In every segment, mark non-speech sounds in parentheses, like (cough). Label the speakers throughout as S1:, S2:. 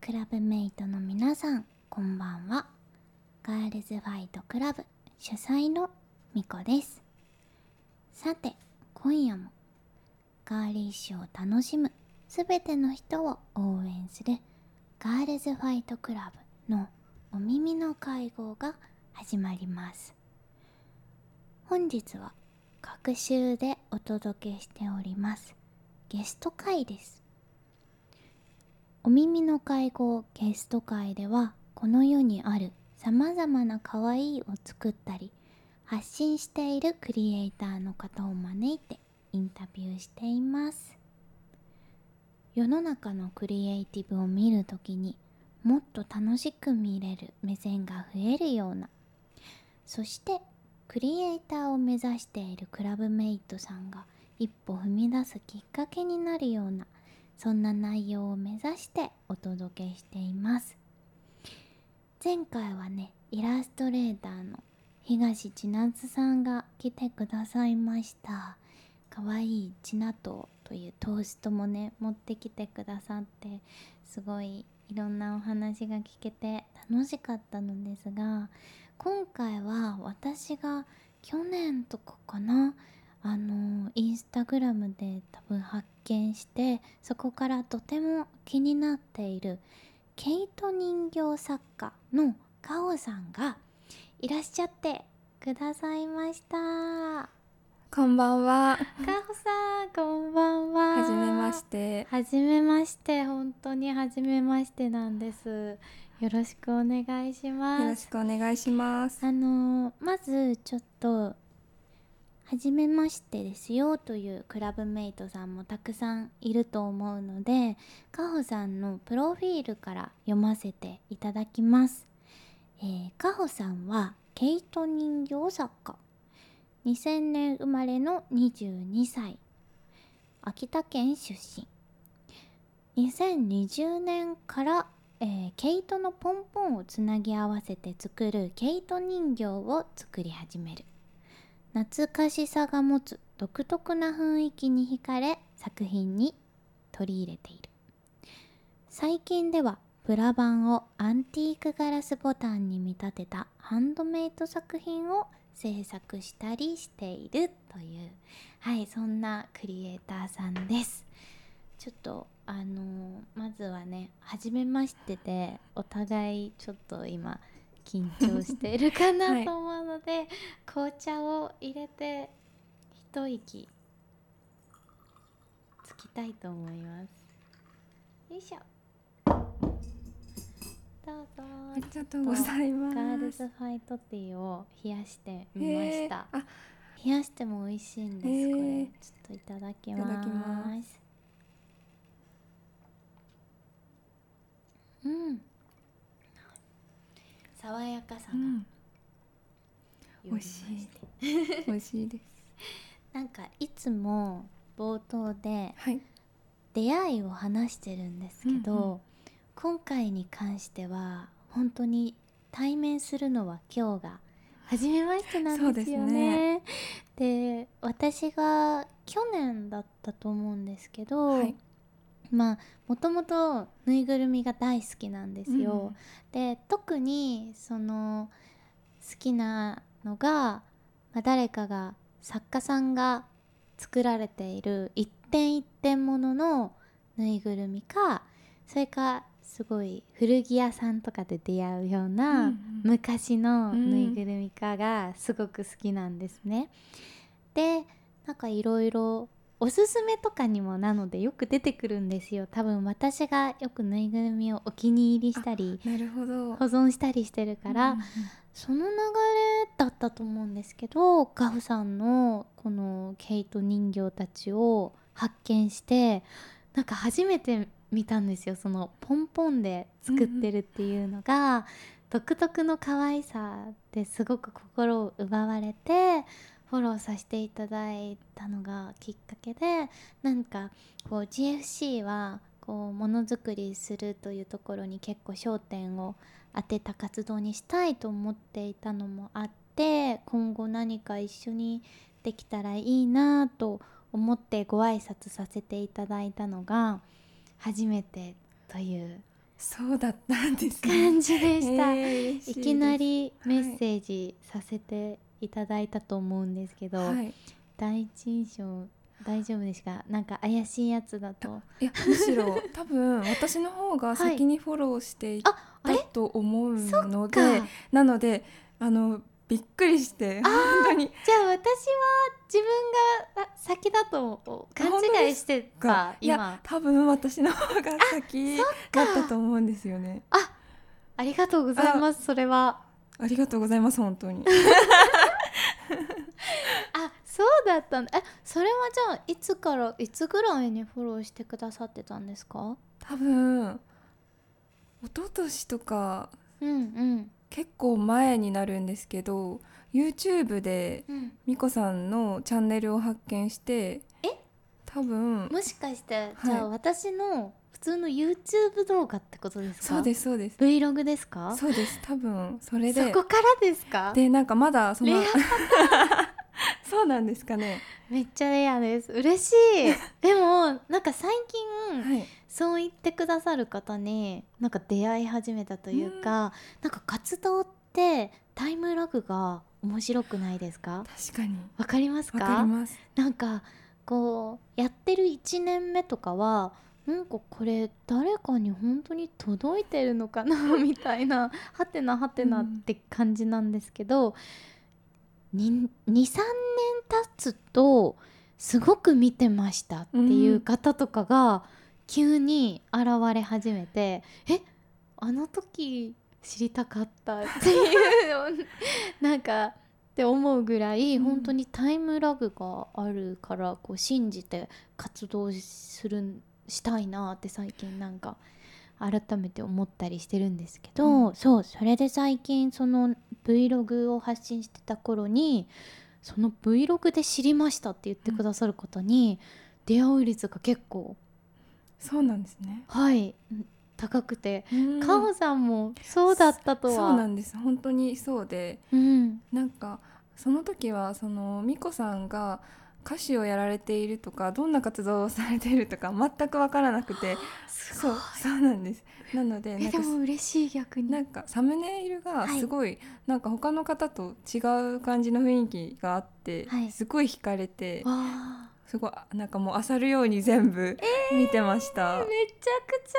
S1: プメイトの皆さんこんばんはガールズファイトクラブ主催のみこですさて今夜もガーリッシュを楽しむすべての人を応援するガールズファイトクラブのお耳の会合が始まります本日は各週でお届けしておりますゲスト会ですお耳の会合ゲスト会ではこの世にあるさまざまな可愛いを作ったり発信しているクリエイターの方を招いてインタビューしています世の中のクリエイティブを見るときにもっと楽しく見れる目線が増えるようなそしてクリエイターを目指しているクラブメイトさんが一歩踏み出すきっかけになるようなそんな内容を目指してお届けしています前回はねイラストレーターの東千夏さんが来てくださいましたかわいいちなとうというトーストもね持ってきてくださってすごいいろんなお話が聞けて楽しかったのですが今回は私が去年とかかなあのインスタグラムで多分発見してそこからとても気になっている毛糸人形作家のカオさんがいらっしゃってくださいましたカ
S2: こんばんは。
S1: オさんこんばんは
S2: はじめまして。
S1: はじめまして本当にはじめましてなんですよろしくお願いし
S2: よ
S1: ま
S2: ろ
S1: す
S2: しくお願いします。
S1: あのーまずちょっと「はじめましてですよ」というクラブメイトさんもたくさんいると思うのでかほさんのプロフィールから読ませていただきます。えー、かほさんは毛糸人形作家2000年生まれの22歳秋田県出身2020年から、えー毛糸のポンポンをつなぎ合わせて作る毛糸人形を作り始める懐かしさが持つ独特な雰囲気に惹かれ作品に取り入れている最近ではプラ板をアンティークガラスボタンに見立てたハンドメイト作品を制作したりしているというはいそんなクリエイターさんですちょっとあのーまずはね初めましてでお互いちょっと今緊張しているか
S2: は
S1: ないと思うので、紅茶を入れて一息つきたいと思いますよいしょどうぞ
S2: ありがとうございます。
S1: ガールズファイトティーを冷やしてみま
S2: へ
S1: し
S2: ー
S1: た
S2: あ、
S1: 冷やしても美味しいんです、
S2: へー
S1: これちょっといただきます
S2: いただきま
S1: うん爽やかさ
S2: う
S1: が
S2: ん、
S1: より増
S2: 美味
S1: し
S2: して美味しいです。
S1: なんかいつも冒頭で
S2: はい。
S1: 出会いを話してるんですけど、
S2: うんう
S1: 今回に関しては本当に対面するのは今日が初めましてなんですよね。で私が去年だったと思うんですけど、
S2: はい。
S1: まあもともとぬいぐるみが大好きなんですよ。
S2: うん
S1: で特にその好きなのが、まあ、誰かが作家さんが作られている一点一点もののぬいぐるみかそれかすごい古着屋さんとかで出会うよう
S2: うんう
S1: なん昔のぬいぐるみかがすごく好きなんですね。でなんかいろいろおすすめとかにもなのでよく出てくるんですよ多分私がよくぬいぐるみをお気に入りしたり
S2: なるほど。
S1: 保存したりしてるから、
S2: うんうん
S1: その流れだったと思うんですけどガフさんのこの毛糸人形たちを発見してなんか初めて見たんですよそのポンポンで作ってるっていうのが、独特の可愛さですごく心を奪われてフォローさせていただいたのがきっかけでなんかこう GFC はこうものづくりするというところに結構焦点を当てた活動にしたいと思っていたのもあって今後何か一緒にできたらいいなと思ってご挨拶させていただいたのが初めてという
S2: そうだったんですね。
S1: 感じで
S2: (laughs)
S1: した、
S2: えー
S1: いきな。
S2: 嬉し
S1: り
S2: い
S1: メ
S2: です
S1: ッセージさせていただいたと思うんですけ
S2: い
S1: ど、
S2: はい。
S1: 第一印象大丈夫ですかなんか怪しいやつだと
S2: いやむしろ多分私の方が先にフォローしていた
S1: ああれ
S2: と思うので、
S1: か
S2: なのであのびっくりして本当に
S1: じゃあ私は自分があ先だとお勘違いしてた
S2: がい
S1: 今
S2: や多分私の方が先だったと思うんですよね。
S1: ありがとうございますそれは
S2: ありがとうございます本当に。
S1: あそうだったんだえそれはじゃあいつからいつぐらいにフォローしてくださってたんですか
S2: 多分一昨年とか
S1: うんうん
S2: 結構前になるんですけど YouTube で
S1: うん
S2: みこさんのチャンネルを発見して
S1: え
S2: 多分
S1: もしかして
S2: は
S1: じ
S2: い
S1: ゃあ私の普通の YouTube 動画ってことですか
S2: そうですそうです
S1: Vlog ですか
S2: そうです多分それ
S1: そ
S2: で
S1: こからですか
S2: でなんかまだそ
S1: レ
S2: の
S1: ア
S2: (laughs) そうなんですかね
S1: めっちゃレアです嬉 (laughs) しいでもなんか最近
S2: はい
S1: そう言ってくださる方になんか出会い始めたというか、なんか活動ってタイムラグが面白くないですか
S2: 確かに
S1: わかりますか
S2: わかります
S1: なんかこうやってる1年目とかはなんかこれ誰かに本当に届いてるのかなみたいな (laughs) はてなはてなって感じなんですけど、に23年経つとすごく見てましたっていう方とかが急に現れ始めて、えあの時知りたかったっていうなんかって思うぐらい
S2: うん
S1: 本当にタイムラグがあるからこう信じて活動するんしたいなって最近なんか改めて思ったりしてるんですけど、そうそれで最近その Vlog を発信してた頃にその Vlog で知りましたって言ってくださる方に、出会う率が結構
S2: そうなんですね
S1: はい高くて、
S2: うん
S1: カオさんもそうだったとは
S2: そうなんです本当にそうで
S1: うん
S2: なんかその時はその美子さんが歌手をやられているとかどんな活動をされているとか全く分からなくて
S1: す
S2: そうそうなんですなのでな
S1: え
S2: ん
S1: で
S2: か
S1: も嬉しい逆に
S2: なんかサムネイルがすごい、なんか他の方と違う感じの雰囲気があって、
S1: はい
S2: すごい惹かれて
S1: わあ
S2: すごいなんかもう漁るように全部見てました、
S1: めちゃくち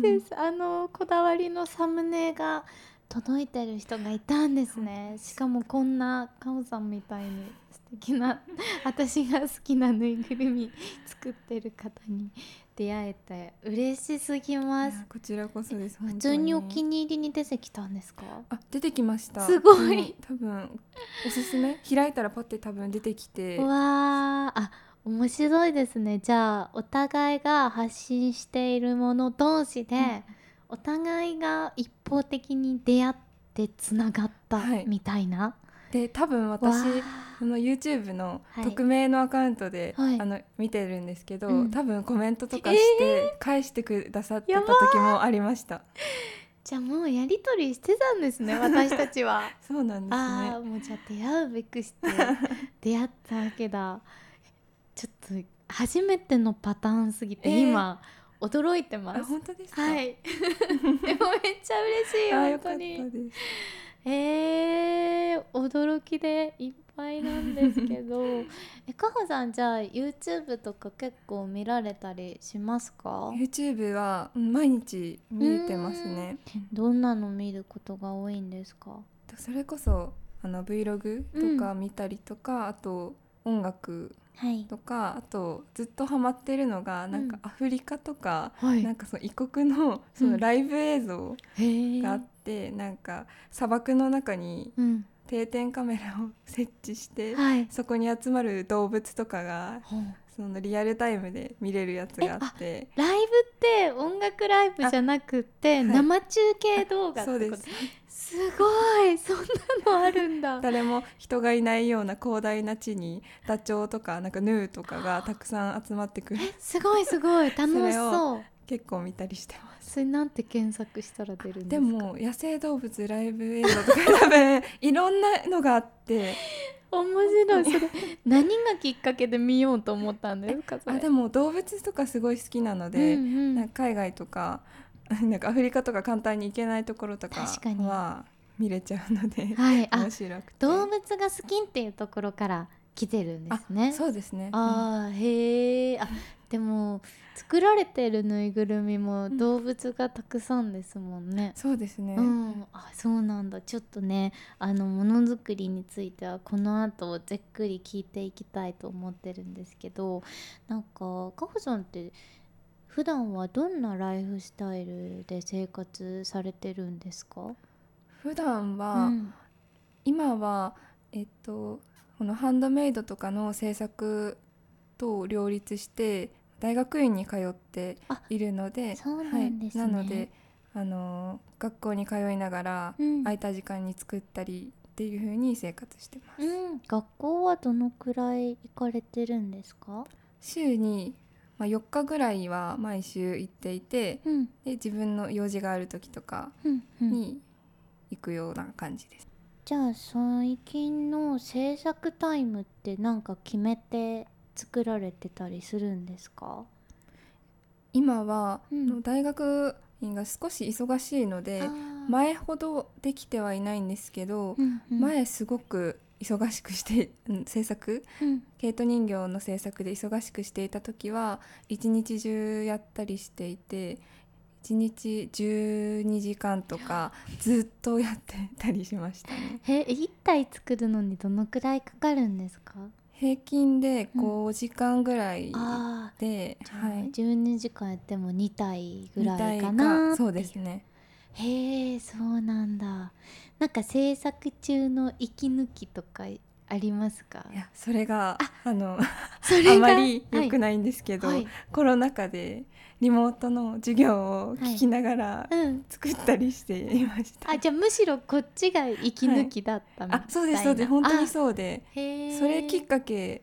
S1: ゃ嬉しいです、あのこだわりのサムネが届いてる人がいたんですねしかもこんなカオさんみたいに素敵 (laughs) な私が好きなぬいぐるみ作ってる方に出会えて嬉しすぎま
S2: い
S1: す
S2: やこちらこそです
S1: 普通にお
S2: 本当
S1: 気に入りに出てきたんですか
S2: あ出てきました
S1: すごい
S2: うん多分おすす
S1: (laughs)
S2: め開いたらパッて多分出てきて
S1: うわーあ面白いですねじゃあお互いが発信しているもの同士で、
S2: うん
S1: お互いが一方的に出会ってつながった
S2: はい
S1: みたいな、
S2: で多分
S1: わ
S2: 私
S1: ー
S2: その YouTube の
S1: はい
S2: 匿名のアカウントで、
S1: はい
S2: あの見てるんですけど、
S1: うん
S2: 多分コメントとかして返してくださってた
S1: やば
S2: 時もありました、
S1: じゃあもうやり取りしてたんです
S2: (laughs)
S1: ね私たちは、
S2: そうなんです
S1: あ
S2: ね
S1: あもうじゃあ出会うべくして出会ったわけだちょっと初めてのパターンすぎて
S2: えー
S1: 今、驚いてま
S2: あ
S1: す
S2: 本当ですか、
S1: はい (laughs) でもめっちゃ嬉しい
S2: あ
S1: 本
S2: よかっ
S1: 当
S2: た
S1: に
S2: です
S1: えー、驚きでいっぱいなんですけど
S2: (laughs)
S1: えかほさんじゃあ YouTube とか結構見られたりしますか
S2: YouTube はうん毎日見てますね
S1: どんなの見ることが多いんですか
S2: とそれこそあの Vlog とか見たりとか、あと音楽
S1: はい
S2: とかあとずっとハマってるのがなんかアフリカとか、
S1: は
S2: なんかその異国のそうの
S1: ん
S2: ライブ映像
S1: へー
S2: があって、なんか砂漠の中に
S1: うん
S2: 定点カメラを設置して、
S1: はい
S2: そこに集まる動物とかが
S1: ほう
S2: そのリアルタイムで見れるやつがあって
S1: ライブって音楽ライブじゃなくて
S2: はい
S1: 生中継動画って
S2: そうで
S1: こと
S2: す
S1: すごいそんなのあるん
S2: (laughs)
S1: だ
S2: 誰も人がいないような広大な地にダチョウとかなんかヌーとかがたくさん集まってくる
S1: すごいすごい楽
S2: そ
S1: し
S2: れを
S1: そう
S2: 結構見たりしてます。
S1: それなんて検索したら出るんですか
S2: でも野生動物ライブ映像とか多分いろんなのがあって
S1: 面白いそれ何がきっかけで見ようと思ったんですかそれ
S2: あでも動物とかすごい好きなの
S1: うん
S2: で、
S1: うん
S2: なんか海外とか (laughs) なんかアフリカとか簡単に行けないところとか
S3: 確かに
S2: は見れちゃうので
S1: はいあ
S2: 面白くて
S1: 動物が好きっていうところから来てるんですね
S2: あそうですね
S1: あーへえあでも作られてるぬいぐるみも
S2: ん
S1: 動物がたくさんですもんね
S2: うん。そうですね、
S1: うん、あそうなんだちょっとねあのものづくりについてはこの後じっくり聞いていきたいと思ってるんですけどなんかカホさんって普段はどんなライフスタイルで生活されてるんですか、
S2: 普段
S1: う
S2: は、
S1: ん、
S2: 今はえっとこのハンドメイドとかの制作と両立して大学院に通っているので
S1: そうなんですね、
S2: はい、なのであの学校に通いながら
S1: うん、
S2: 空いた時間に作ったりっていう風に生活してます、
S1: うん、学校はどのくらい行かれてるんですか、
S2: 週に、まあ、4日ぐらいは毎週行っていて
S1: うん
S2: で自分の用事がある時とか
S1: うんうん、
S2: に行くような感じです、
S1: じゃあ最近の制作タイムってなんか決めて作られてたりするんですか
S2: 今は、
S1: うん
S2: あの大学院が少し忙しいので
S1: 前、
S2: 前ほどできてはいないんですけど、
S1: うんうん、
S2: 前すごく忙しくしてうん制作
S1: うん
S2: 毛糸人形の制作で忙しくしていた時は一日中やったりしていて一日12時間とかずっとやってたりしましたね
S1: え一体作るのにどのくらいかかるんですか
S2: 平均で
S1: うん
S2: 5時間ぐらい
S1: ああ
S2: で、はい
S1: 12時間やっても2体ぐ
S2: 2
S1: らい
S2: 体
S1: かな
S2: がそうですね
S1: へえそうなんだなんか制作中の息抜きとかありますか
S2: いやそれがあの
S1: それ
S2: あ
S1: が
S2: まり良く
S1: い
S2: ないんですけど、
S1: はい
S2: コロナ禍でリモートの授業を聞きながら
S1: はい、うん
S2: 作ったりしていました、
S1: あじゃあむしろこっちが息抜きだったみたいな、
S2: あそうですそうです本当にそうで
S1: うへえ
S2: それきっかけ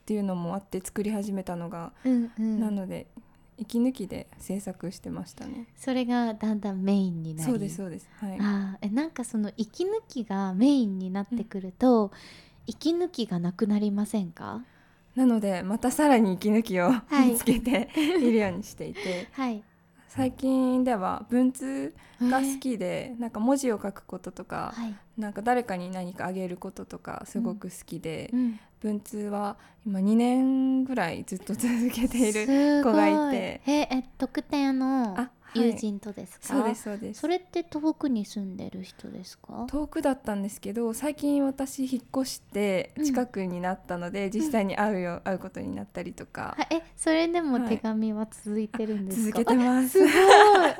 S2: っていうのもあって作り始めたのが、
S1: うんうん
S2: なので息抜きで制作してましたね
S1: それがだんだんメインになり
S2: そうですそうですはい
S1: あーえなんかその息抜きがメインになってくると、息抜きがなくなりませんか
S2: なのでまたさらに息抜きを
S1: い
S2: 見つけて (laughs) いるようにしていて
S1: はい
S2: 最近では文通が好
S1: え
S2: きで、なんか文字を書くことと
S1: ー
S2: か
S1: はい、
S2: なんか誰かに何かあげることとかすごく好きで、
S1: うん、
S2: 文通は今2年ぐらいずっと続けている
S1: すご
S2: 子がいて
S1: ええ特定の
S2: あはい
S1: 友人とですか、
S2: そうですそうです
S1: それって遠くに住んでる人ですか
S2: 遠くだったんですけど最近私引っ越して
S1: うん
S2: 近くになったので、実際に会うよ会うことになったりとか、
S1: はいえそれでも
S2: はい
S1: 手紙は続いてるんです
S2: 続
S1: か、
S2: けてます
S1: すごい。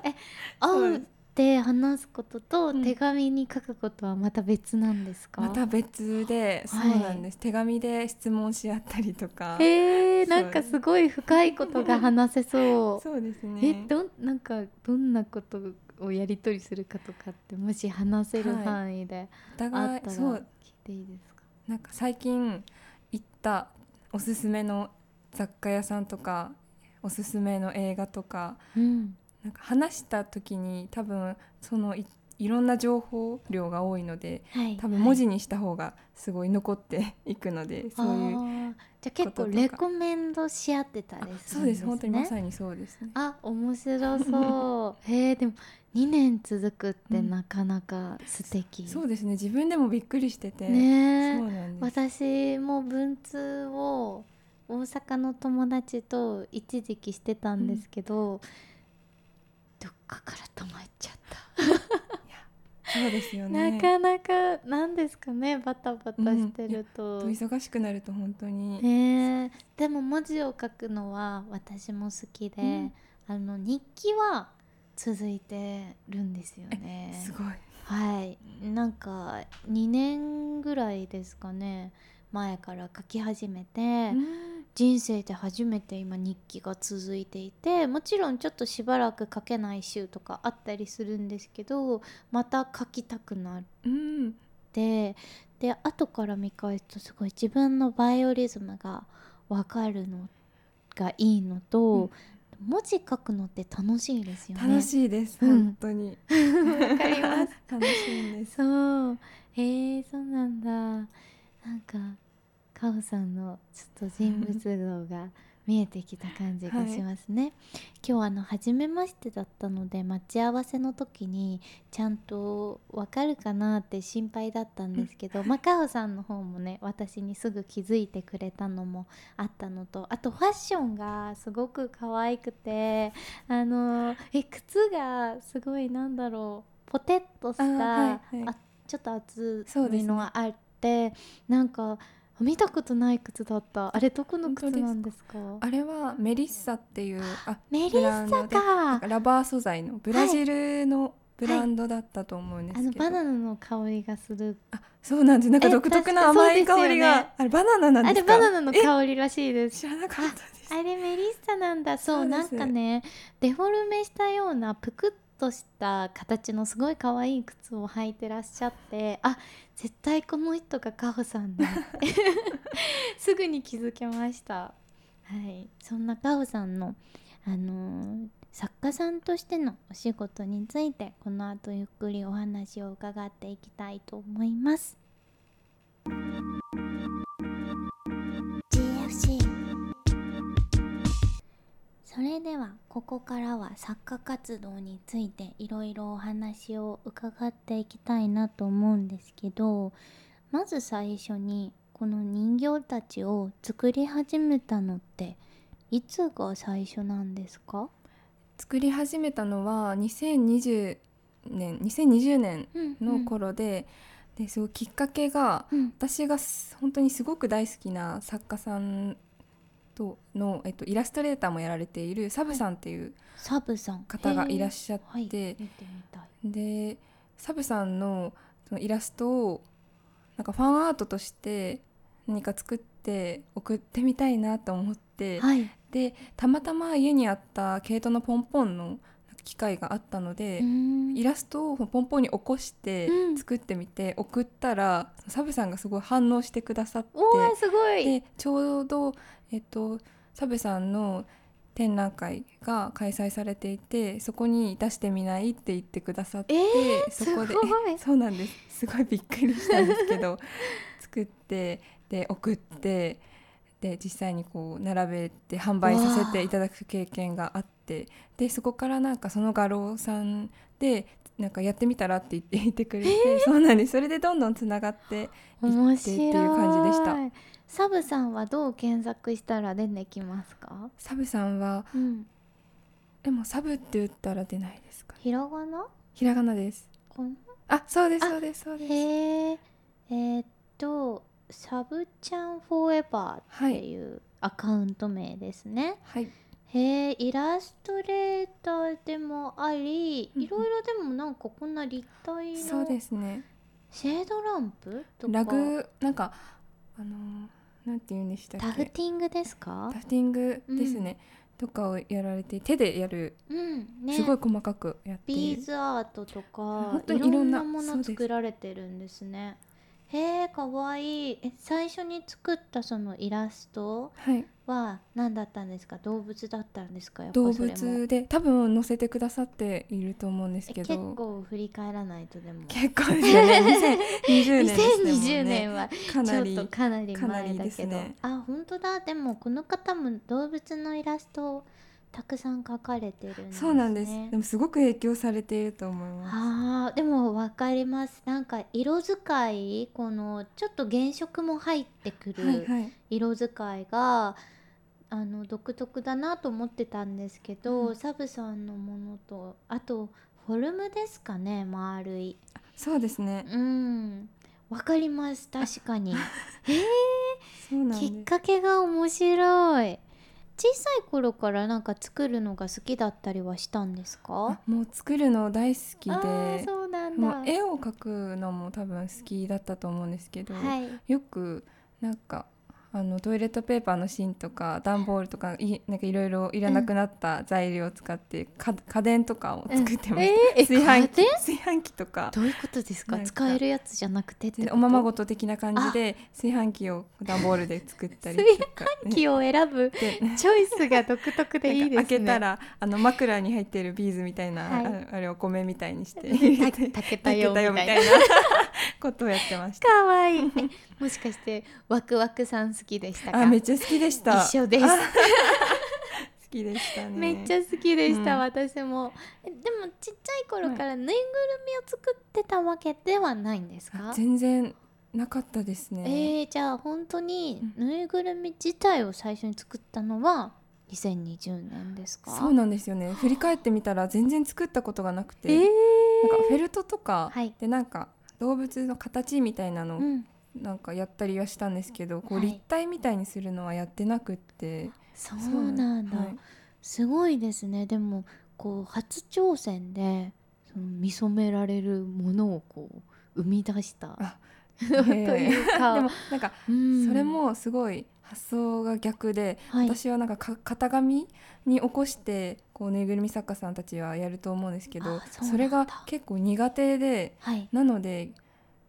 S1: え、
S2: (laughs)
S1: 会
S2: そう
S1: うって話すことと
S2: うん
S1: 手紙に書くことはまた別なんですか。
S2: また別でそう
S1: はい
S2: なんです、手紙で質問し合ったりとか、
S1: へえ、
S2: そう
S1: なんかすごい深いことが話せそう。
S2: そうです
S1: え、
S2: ね
S1: どんなんかどんなことをやり取りするかとかってもし話せる
S2: はい
S1: 範囲で
S2: お
S1: あ
S2: 互
S1: っ
S2: い
S1: たら
S2: そ
S1: 聞いうていいですか。
S2: なんか最近行ったおすすめの雑貨屋さんとかおすすめの映画とか
S1: うん。
S2: なんか話した時に多分そのいいろんな情報量が多いので
S1: はい。
S2: 多分文字にした方がすごい残っていくので、
S1: は
S2: そ
S1: い。
S2: ういう
S1: あーじゃあ結構レコメンドし合ってたりするんですね。
S2: そうです本当にまさにそうですね
S1: あ面白そうへえでも2年続くってなかなか素敵、
S2: (laughs) そうですね自分でもびっくりしてて、
S1: ねえ
S2: そうなんです
S1: 私も文通を大阪の友達と一時期してたんですけど、どっかから止まっちゃった
S2: そうですよね
S1: なかなかなんですかねバタバタしてると、
S2: 忙しくなると本当に、
S1: ねえでも文字を書くのは私も好きで、
S2: うん
S1: あの日記は続いてるんですよね
S2: すごい
S1: はいなんか2年ぐらいですかね前から書き始めて
S2: うん
S1: 人生で初めて今日記が続いていてもちろんちょっとしばらく書けない週とかあったりするんですけどまた書きたくなっ
S2: うん
S1: てで後から見返すとすごい自分のバイオリズムが分かるのがいいのと、文字書くのって楽しいですよね。
S2: 楽しいです、
S1: うん
S2: 本当
S1: (laughs)
S2: に
S1: わかります
S2: (laughs) 楽しいんです
S1: そうへえそうなんだなんかカオさんのちょっと人物像が見えてきた感じがしますね、今日あの初めましてだったので待ち合わせの時にちゃんとわかるかなって心配だったんですけど、マカオさんの方もね私にすぐ気づいてくれたのもあったのとあとファッションがすごく可愛くてあのえ靴がすごいなんだろうポテッとした
S2: あはいはい
S1: あちょっと厚
S2: そうで
S1: み
S2: すね
S1: のあって、なんか見たことない靴だったあれどこの靴なんですか
S2: あれはメリッサっていうあ
S1: メリ
S2: ブラ
S1: ッ
S2: ン
S1: サ
S2: ドで
S1: か
S2: ラバー素材のブラジルのブランドだったと思うんで
S1: あ
S2: す
S1: の
S2: けど、
S1: バナナの香りがする
S2: あそうなんですなんか
S1: え
S2: 独特な
S1: 確か
S2: 甘
S1: そ
S2: い
S1: う
S2: 香
S1: です
S2: り
S1: よね
S2: が、あれバナナなん
S1: あ
S2: で
S1: れ
S2: すか
S1: バナナの
S2: え
S1: 香りらしいです
S2: 知らなかったです
S1: あれメリッサなんだそう
S2: そうです
S1: なんかねデフォルメしたようなぷくっとした形のすごい可愛い靴を履いてらっしゃってあ絶対この人がカホさんだ
S2: (laughs)
S1: すぐに気づけましたはいそんなカホさんのあのー作家さんとしてのお仕事についてこの後ゆっくりお話を伺っていきたいと思います
S3: GFC それではここからは作家活動についていろいろお話を伺っていきたいなと思うんですけどまず最初にこの人形たちを作り始めたのっていつが最初なんですか、
S2: 作り始めたのは2020年2020年
S3: うん
S2: の頃で、ですごいきっかけが
S3: うん
S2: 私がす本当にすごく大好きな作家さんとの、えっと、イラストレーターもやられているサブさんっていう
S3: サブさん
S2: 方がいらっ
S3: ゃ
S2: しゃっ
S3: はい、見
S2: て、
S3: てみたい
S2: でサブさんのそのイラストをなんかファンアートとして何か作って送ってみたいなと思って、
S3: はい、
S2: でたまたま家にあった毛糸のポンポンの機械があったので、イラストをポンポンに起こして
S3: うん
S2: 作ってみて送ったら、サブさんがすごい反応してくださって
S1: おーすごい
S2: でちょうど、えっと、サブさんの展覧会が開催されていてそこに出してみないって言ってくださって、
S1: (laughs) えー
S2: そこです
S1: ごい
S2: そうなんですすごいびっくりしたんです
S1: (laughs)
S2: けど作ってで送ってで実際にこう並べて販売させていただく経験があってでそこからなんかその画廊さんでなんかやってみたらって言って言ってくれて、そうなんですそれでどんどんつながって
S1: 面
S2: っ
S1: 白
S2: てっ
S1: い
S2: ていう感じでした
S1: サブさんはどう検索したら出てきますか、
S2: サブさんは
S1: うん、
S2: でもサブって言ったら出ないですかね
S1: ひらがな
S2: ひらがなです
S1: こん
S2: あそうです
S1: あ
S2: そうですそうです
S1: へええーっとサブちゃんフォーエバー
S2: は
S1: って
S2: い
S1: いうアカウント名ですね、
S2: はい
S1: へえイラストレーターでもあり
S2: うんうん
S1: いろいろでもなんかこんな立体
S2: そうで
S1: の
S2: すね
S1: シェードランプとか
S2: ラグなんかあのーなんて言うんでしたっけ
S1: タフティングですか
S2: タフティングですね、とかをやられて手でやる、
S1: うんね
S2: すごい細かくやってい
S1: ビ
S2: る
S1: ーズアートとか
S2: 本
S1: い
S2: 当
S1: ろ
S2: にいろ
S1: ん
S2: んな
S1: なも
S2: そう
S1: の
S2: です
S1: 作られてるんですね。へえかわいいえ最初に作ったそのイラスト
S2: はい、
S1: は何だったんですか動物だったんですかやっぱ
S2: 動
S1: それも
S2: 物で多分載せてくださっていると思うんです
S1: え
S2: け
S1: 結
S2: ど
S1: 構振り返らないとで
S2: (laughs)
S1: も
S2: 結構ですよ
S1: (laughs)
S2: ね2020年ですもんね
S1: 2020年は
S2: か
S1: ち
S2: な
S1: ょ
S2: り
S1: っとかなり
S2: かな
S1: 前
S2: り
S1: だ
S2: で
S1: け
S2: す
S1: ど、
S2: ね
S1: あ本当だでもこの方も動物のイラストをたくさん描かれてるんですね
S2: そうなんですでもすごく影響されていると思います
S1: あーでも分かりますなんか色使いこのちょっと原色も入ってく
S2: はい
S1: る
S2: はい
S1: 色使いが、あの独特だなと思ってたんですけど、
S2: うん
S1: サブさんのものとあとフォルムですかね丸い
S2: そうですね
S1: うん分かります確かに
S2: そうなん
S1: き
S2: です
S1: っかけが面白い小さい頃からなんか作るのが好きだったりはしたんですか
S2: あもう作るの大好き
S1: あ
S2: で
S1: ーそうなんだ
S2: もう絵を描くのも多分好きだったと思うんですけど、
S1: はい
S2: よくなんかあのトイレットペーパーの芯とか段ボールとかいなんかいろいろいらなくなった材料を使って、か家電とかを作ってました、
S1: えー
S2: 炊飯器
S1: 家
S2: 炊飯器とか
S1: どういうことですか
S2: なんか
S1: 使えるやつじゃなくてってこ
S2: で
S1: と
S2: おままごと的な感じで炊飯器を段ボールで作ったりとか
S1: 木を選ぶ
S2: (laughs) で
S1: チョイスが独特でいいですね
S2: なんか開けたらあの枕に入ってるビーズみたいな、
S1: はい
S2: ああれお米みたい
S1: (laughs)
S2: にし
S1: た
S2: て炊
S1: 竹田用みたいな (laughs)
S2: なことをやってました。
S1: かわいいえもしかしてワクワクさん好きでしたか
S2: あめっちゃ好きでした。
S1: 一緒です
S2: あきでしたね
S1: (laughs) めっちゃ好きでした、
S2: うん
S1: 私もえでもちっちゃい頃からぬいぐるみを作ってたわけではないんですか、
S2: あ全然なかったですね、
S1: えー、じゃあ本当に
S2: うん
S1: ぬいぐるみ自体を最初に作ったのは2020年ですか
S2: そうなんですよね振り返ってみたら全然作ったことがなくて、
S1: えー
S2: なんかフェルトとか
S1: はい
S2: でなんか動物の形みたいなのを
S1: うん、
S2: なんかやったりはしたんですけど、こう
S1: はい
S2: 立体みたいにするのはやってなくって、
S1: そうなんだ、
S2: はい
S1: すごいですねでもこう初挑戦でその見初められるものをこう生み出した
S2: あ
S1: (laughs) というか
S2: でもなんか
S1: うん
S2: それもすごい発想が逆で、
S1: はい
S2: 私はなんかか型紙に起こしてこうぬいぐるみ作家さんたちはやると思うんですけど
S1: あそうなんだ
S2: それが結構苦手で
S1: はい、
S2: なので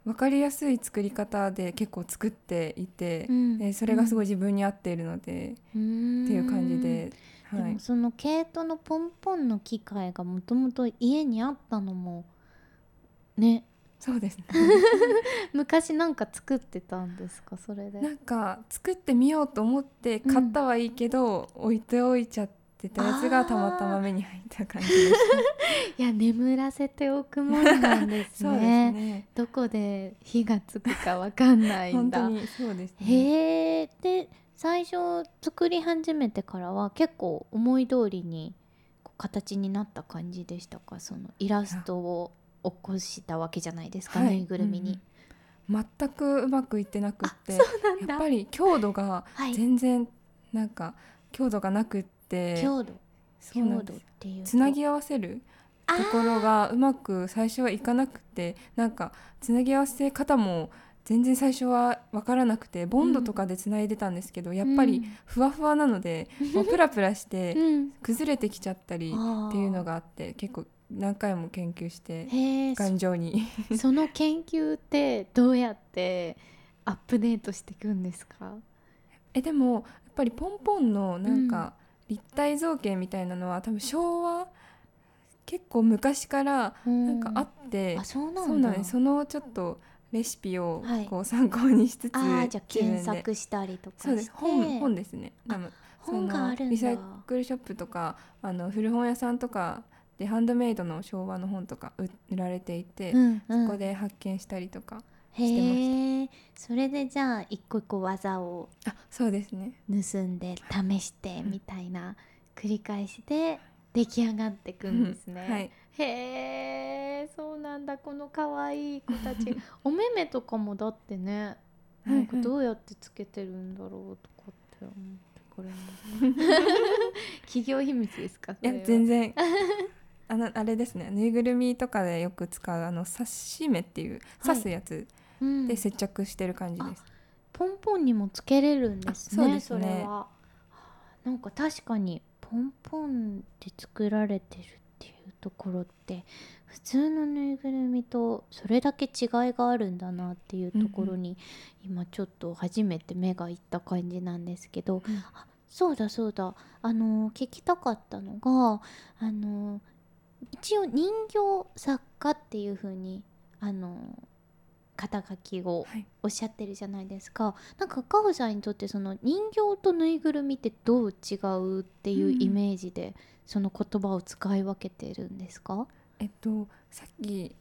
S2: 分かりやすい作り方で結構作っていて、
S1: ん
S2: でそれがすごい自分に合っているので、
S1: うん
S2: っていう感じで、
S1: で
S2: はい
S1: も、その毛糸のポンポンの機械がもともと家にあったのもね (laughs)
S2: そうですね
S1: 昔なんか作ってたんですかそれで
S2: (laughs) なんか作ってみようと思って買ったはいいけど、置いておいちゃってたやつ
S1: あ
S2: が
S1: ー
S2: たまたま目に入った感じでし
S1: いや眠らせておくもんなんで
S2: た
S1: す
S2: そうです
S1: ね
S2: ね
S1: どこで火がつくかわかんないん
S2: 本
S1: だ
S2: 当にそうですね
S1: へえで最初作り始めてからは結構思い通りにこう形になった感じでしたかそのイラストを起こしたわけじゃないですか、
S2: はい
S1: ぬいぐるみに。
S2: うんうん全くうまくいってなくって
S1: なんだ
S2: やっぱり強度が
S1: はい
S2: 全然なんか強度がなくって
S1: 強度
S2: そうな
S1: 強
S2: んで
S1: 度っ
S2: す
S1: ていうと
S2: つなぎ合わせる
S1: あ
S2: と
S1: ー
S2: ころがうまく最初はいかなくてなんかつなぎ合わせ方も全然最初は分からなくてボンドとかでつないでたんですけど、やっぱりふわふわなの
S1: (laughs)
S2: で、もうプラプラして
S1: うん
S2: 崩れてきちゃったりっていうの
S1: が
S2: があって結構何回も研究して
S1: へえ
S2: 頑丈に
S1: そ (laughs) その研究ってどうやってアップデートしていくんですか
S2: えでもやっぱりポンポンのなんか立体造形みたいなのは多分昭和結構昔からなんかあって、
S1: あそうなんだ
S2: そうなんですそのちょっとレシピを
S1: はい
S2: こう参考にしつつ、
S1: あーじゃあ
S2: 自分で
S1: 検索したりとかして
S2: そうです本本ですね多分
S1: 本があるんだ
S2: そのリサイクルショップとかあの古本屋さんとかでハンドメイドの昭和の本とか売売られていて、
S1: うんうん
S2: そこで発見したりとかしてま
S1: へえそれでじゃあ一個一個技を
S2: あそうですね
S1: 盗んで試してみたいな繰り返しで出来上がってくんですね、
S2: うん (laughs) はい
S1: へえそうなんだこの可愛い子た (laughs) ちお目目とかもだってね
S2: はい
S1: なんかどうやってつけてるんだろうとかって思ってこれも (laughs) 企業秘密ですか
S2: いや全
S1: 然
S2: 然
S1: (laughs)
S2: あのあれですねぬいぐるみとかでよく使うあの刺し目っていう
S1: はい
S2: 刺すやつ
S1: うん
S2: で接着してる感じです、
S1: ポンポンにもつけれるんですね
S2: あ
S1: そ
S2: そうですね
S1: れはなんか確かにポンポンで作られてるっていうところって普通のぬいぐるみとそれだけ違いがあるんだなっていうところに、今ちょっと初めて目がいった感じなんですけど、
S2: うん
S1: あそうだそうだあの聞きたかったのがあの一応人形作家っていう風にあの肩書きを
S2: はい
S1: おっしゃってるじゃないですか、なんかカホさんにとってその人形とぬいぐるみってどう違うっていうイメージで、その言葉を使い分けてるんですか
S2: えっとさっき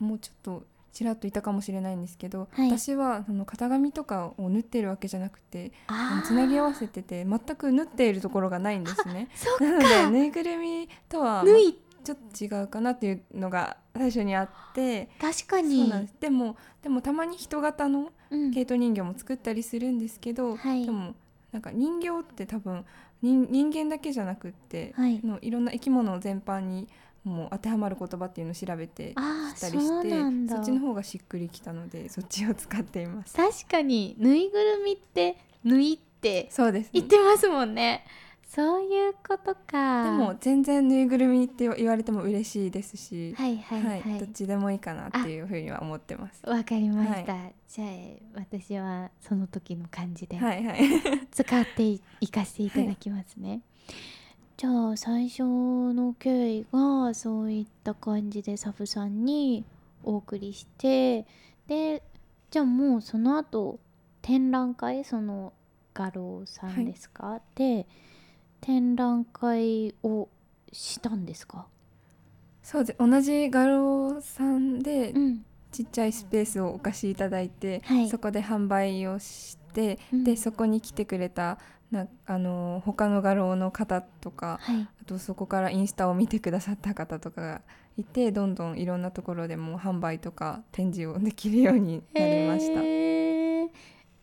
S2: もうちょっとちらっと言ったかもしれないんですけど、
S1: はい
S2: 私はその型紙とかを縫ってるわけじゃなくてあの
S1: あ。
S2: つなぎ合わせてて全く縫っているところがないんですね
S1: そっ
S2: なのでぬいぐるみとは
S1: 縫い
S2: ちょっと違うかなっていうのが最初にあって
S1: 確か
S2: そう
S1: に
S2: なんですでもでもたまに人型の
S1: うん
S2: 毛糸人形も作ったりするんですけど、
S1: はい
S2: でもなんか人形って多分人人間だけじゃなくって、
S1: はい
S2: のいろんな生き物全般にもう当てはまる言葉っていうのを調べて
S1: あ
S2: し
S1: ー
S2: たりして
S1: そうなんだ
S2: っちの方がしっくりきたのでそっちを使っています。
S1: 確かにぬいぐるみって縫いって
S2: そうですね
S1: 言ってますもんねそういうことか
S2: でも全然ぬいぐるみって言われても嬉しいですし、
S1: はいはいはい、
S2: はいどっちでもいいかなっていうふうには思ってます。
S1: わかりました、じゃあ私はその時の感じで
S2: は
S1: (laughs)
S2: いはい。
S1: 使ってい行かせていただきますね、じゃあ最初の経緯がそういった感じでサブさんにお送りしてでじゃあもうその後展覧会その画廊さんですか、で展覧会をしたんですか
S2: そうで同じ画廊さんで
S1: うん
S2: ちっちゃいスペースをお貸しいただいて、
S3: はい
S2: そこで販売をして、
S1: うん
S2: でそこに来てくれたなあの他の画廊の方とか
S1: はい
S2: あとそこからインスタを見てくださった方とかがいてどんどんいろんなところでもう販売とか展示をできるようになりまし
S1: へ
S2: た。
S1: ー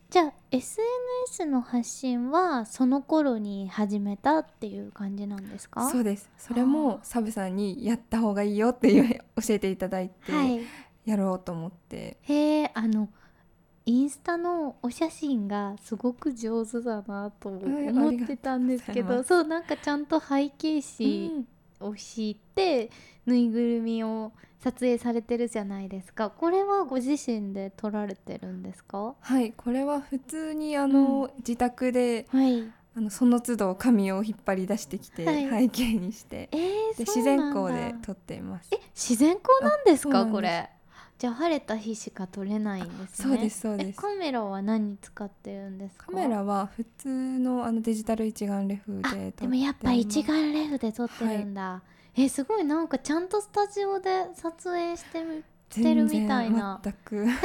S1: じゃあ SNS の発信はその頃に始めたっていう感じなんですか
S2: そうですそれ
S1: あ
S2: もサブさんにやった方がいいよっていう教えていただいて、
S1: はい
S2: やろうと思って
S1: へえあのインスタのお写真がすごく上手だなと
S2: はい
S1: 思ってたんですけ
S2: ありがとうござい
S1: ど
S2: ま
S1: そうなんかちゃんと背景紙を敷いて、ぬいぐるみを撮影されてるじゃないですかこれはご自身で撮られてるんですか
S2: はいこれは普通にあの、自宅で
S1: はい
S2: あのその都度紙を引っ張り出してきて、
S1: はい
S2: 背景にして
S1: えー、
S2: で
S1: そ
S2: 自
S1: うなんだ
S2: 然光で撮っています
S1: え自然光なんです
S2: あ
S1: か
S2: そうなんです
S1: これじゃあ晴れた日しか撮れないんですね
S2: そうですそうです
S1: えカメラは何使ってるんですか
S2: カメラは普通のあのデジタル一眼レフで撮って
S1: あでもやっぱ一眼レフで撮ってるんだ、えすごいなんかちゃんとスタジオで撮影してみてるみたいな
S2: 全然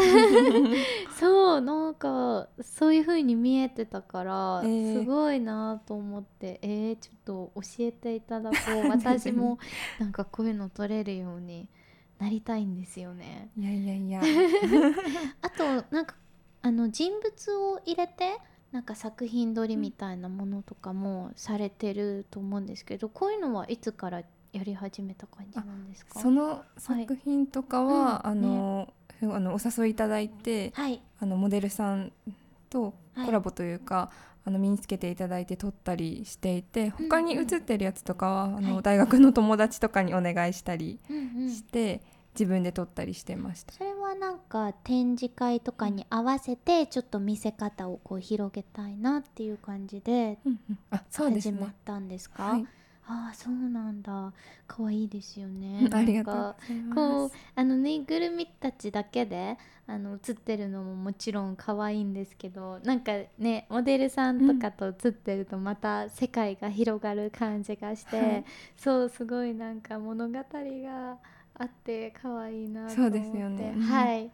S1: (laughs)
S2: 全く
S1: そうなんかそういう風に見えてたから、
S2: えー
S1: すごいなと思ってえー、ちょっと教えていただこ
S2: (laughs)
S1: う私もなんかこういうの撮れるようになりたいんですよね
S2: いやいや
S1: (laughs)
S2: いや
S1: あとなんかあの人物を入れてなんか作品撮りみたいなものとかもされてると思うんですけど、こういうのはいつからやり始めた感じなんですか
S2: その作品とかは、
S1: はいうん
S2: あの、あのお誘いいただいて
S1: はい
S2: あのモデルさんと
S1: はい
S2: コラボというか、あの身につけていただいて撮ったりしてい
S1: う
S2: て
S1: ん
S2: 他に写ってるやつとかは、あ
S1: はい
S2: の大学の友達とかにお願いしたり
S1: うんうん
S2: して、自分で撮ったりしてました。
S1: それはなんか展示会とかに合わせてちょっと見せ方をこう広げたいなっていう感じで
S2: うんうんあそうです
S1: 始ま
S2: ね
S1: っ。たんですか
S2: はい、
S1: ああそうなんだ可愛いですよね、
S2: うんありがとう
S1: なんか
S2: ございます。
S1: こうあのぬいぐるみたちだけであの写ってるのももちろん可愛いんですけどなんかねモデルさんとかと写ってるとまた世界が広がる感じがして、
S2: はい
S1: そうすごいなんか物語があって可愛いなと
S2: そ
S1: 思っ
S2: う
S1: て、
S2: ですよねうん
S1: はい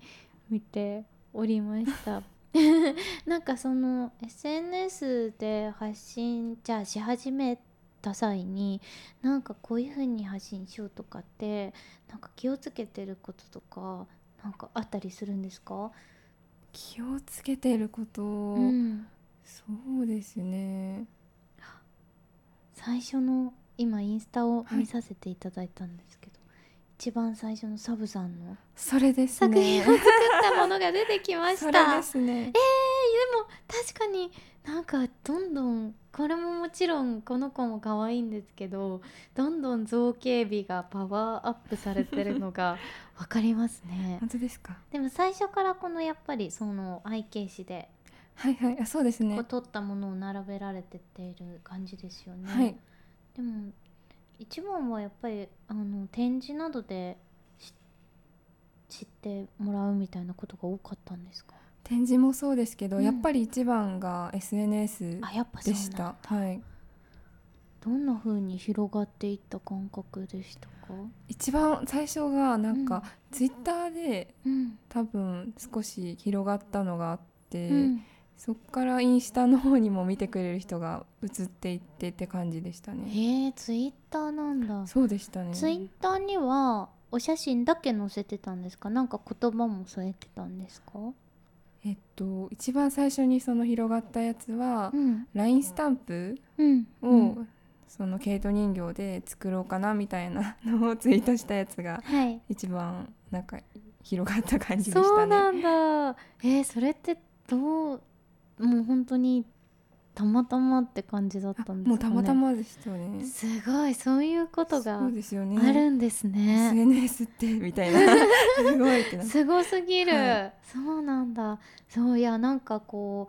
S1: 見ておりました。 (laughs) なんかその SNS で発信じゃあし始めた際になんかこういう風に発信しようとかってなんか気をつけてることとかなんかあったりするんですか？
S2: 気をつけていること、
S1: うん、
S2: そうですね。
S1: 最初の今インスタを見させていただいたんですけど、一番最初のサブさんの
S2: それです
S1: 作品
S2: ね
S1: を。作ったものが出てきまし
S2: それ
S1: た。
S2: ですね。
S1: でも確かになんかどんどんこれももちろんこの子も可愛いんですけどどんどん造形美がパワーアップされてるのがわかります
S2: (laughs)
S1: ね
S2: 本当ですか。
S1: でも最初からこのやっぱりその愛景詞で
S2: はいはい。あそうです
S1: こう
S2: ね。
S1: 取ったものを並べられてっている感じですよね、
S2: はい。
S1: でも一番はやっぱりあの展示などでし知ってもらうみたいなことが多かったんですか
S2: 展示もそうですけど、
S1: うん
S2: やっぱり一番が SNS
S1: あやっぱそう
S2: で
S1: なん
S2: し
S1: だ
S2: た。はい。
S1: どんな風に広がっていった感覚でしたか？
S2: 一番最初がなん
S1: うん
S2: か、ツイッターで
S1: うん。
S2: 多分少し広がったのがあって、
S1: うん
S2: そっからインスタの方にも見てくれる人が移っていってって感じでしたね。
S1: へえ、ツイッターなんだ。
S2: そうでしたね。
S1: ツイッターにはお写真だけ載せてたんですか？なんか言葉も添えてたんですか？
S2: えっと一番最初にその広がったやつは、
S1: うん。
S2: ラインスタンプ
S1: うん。
S2: を、
S1: うん
S2: その毛糸人形で作ろうかなみたいなのをツイートしたやつが
S1: はい。
S2: 一番なんか広がった感じでしたね。
S1: そうなんだ。えー、それってどうもう本当にたまたまって感じだった
S2: あ
S1: んですかね。
S2: もうたまた。までしたね。
S1: すごいそういうことが
S2: そうですよね。
S1: あるんですね。
S2: SNS って
S1: (laughs)
S2: みたいなすごいってなって
S1: すごすぎる、
S2: は
S1: そうなんだそういやなんかこ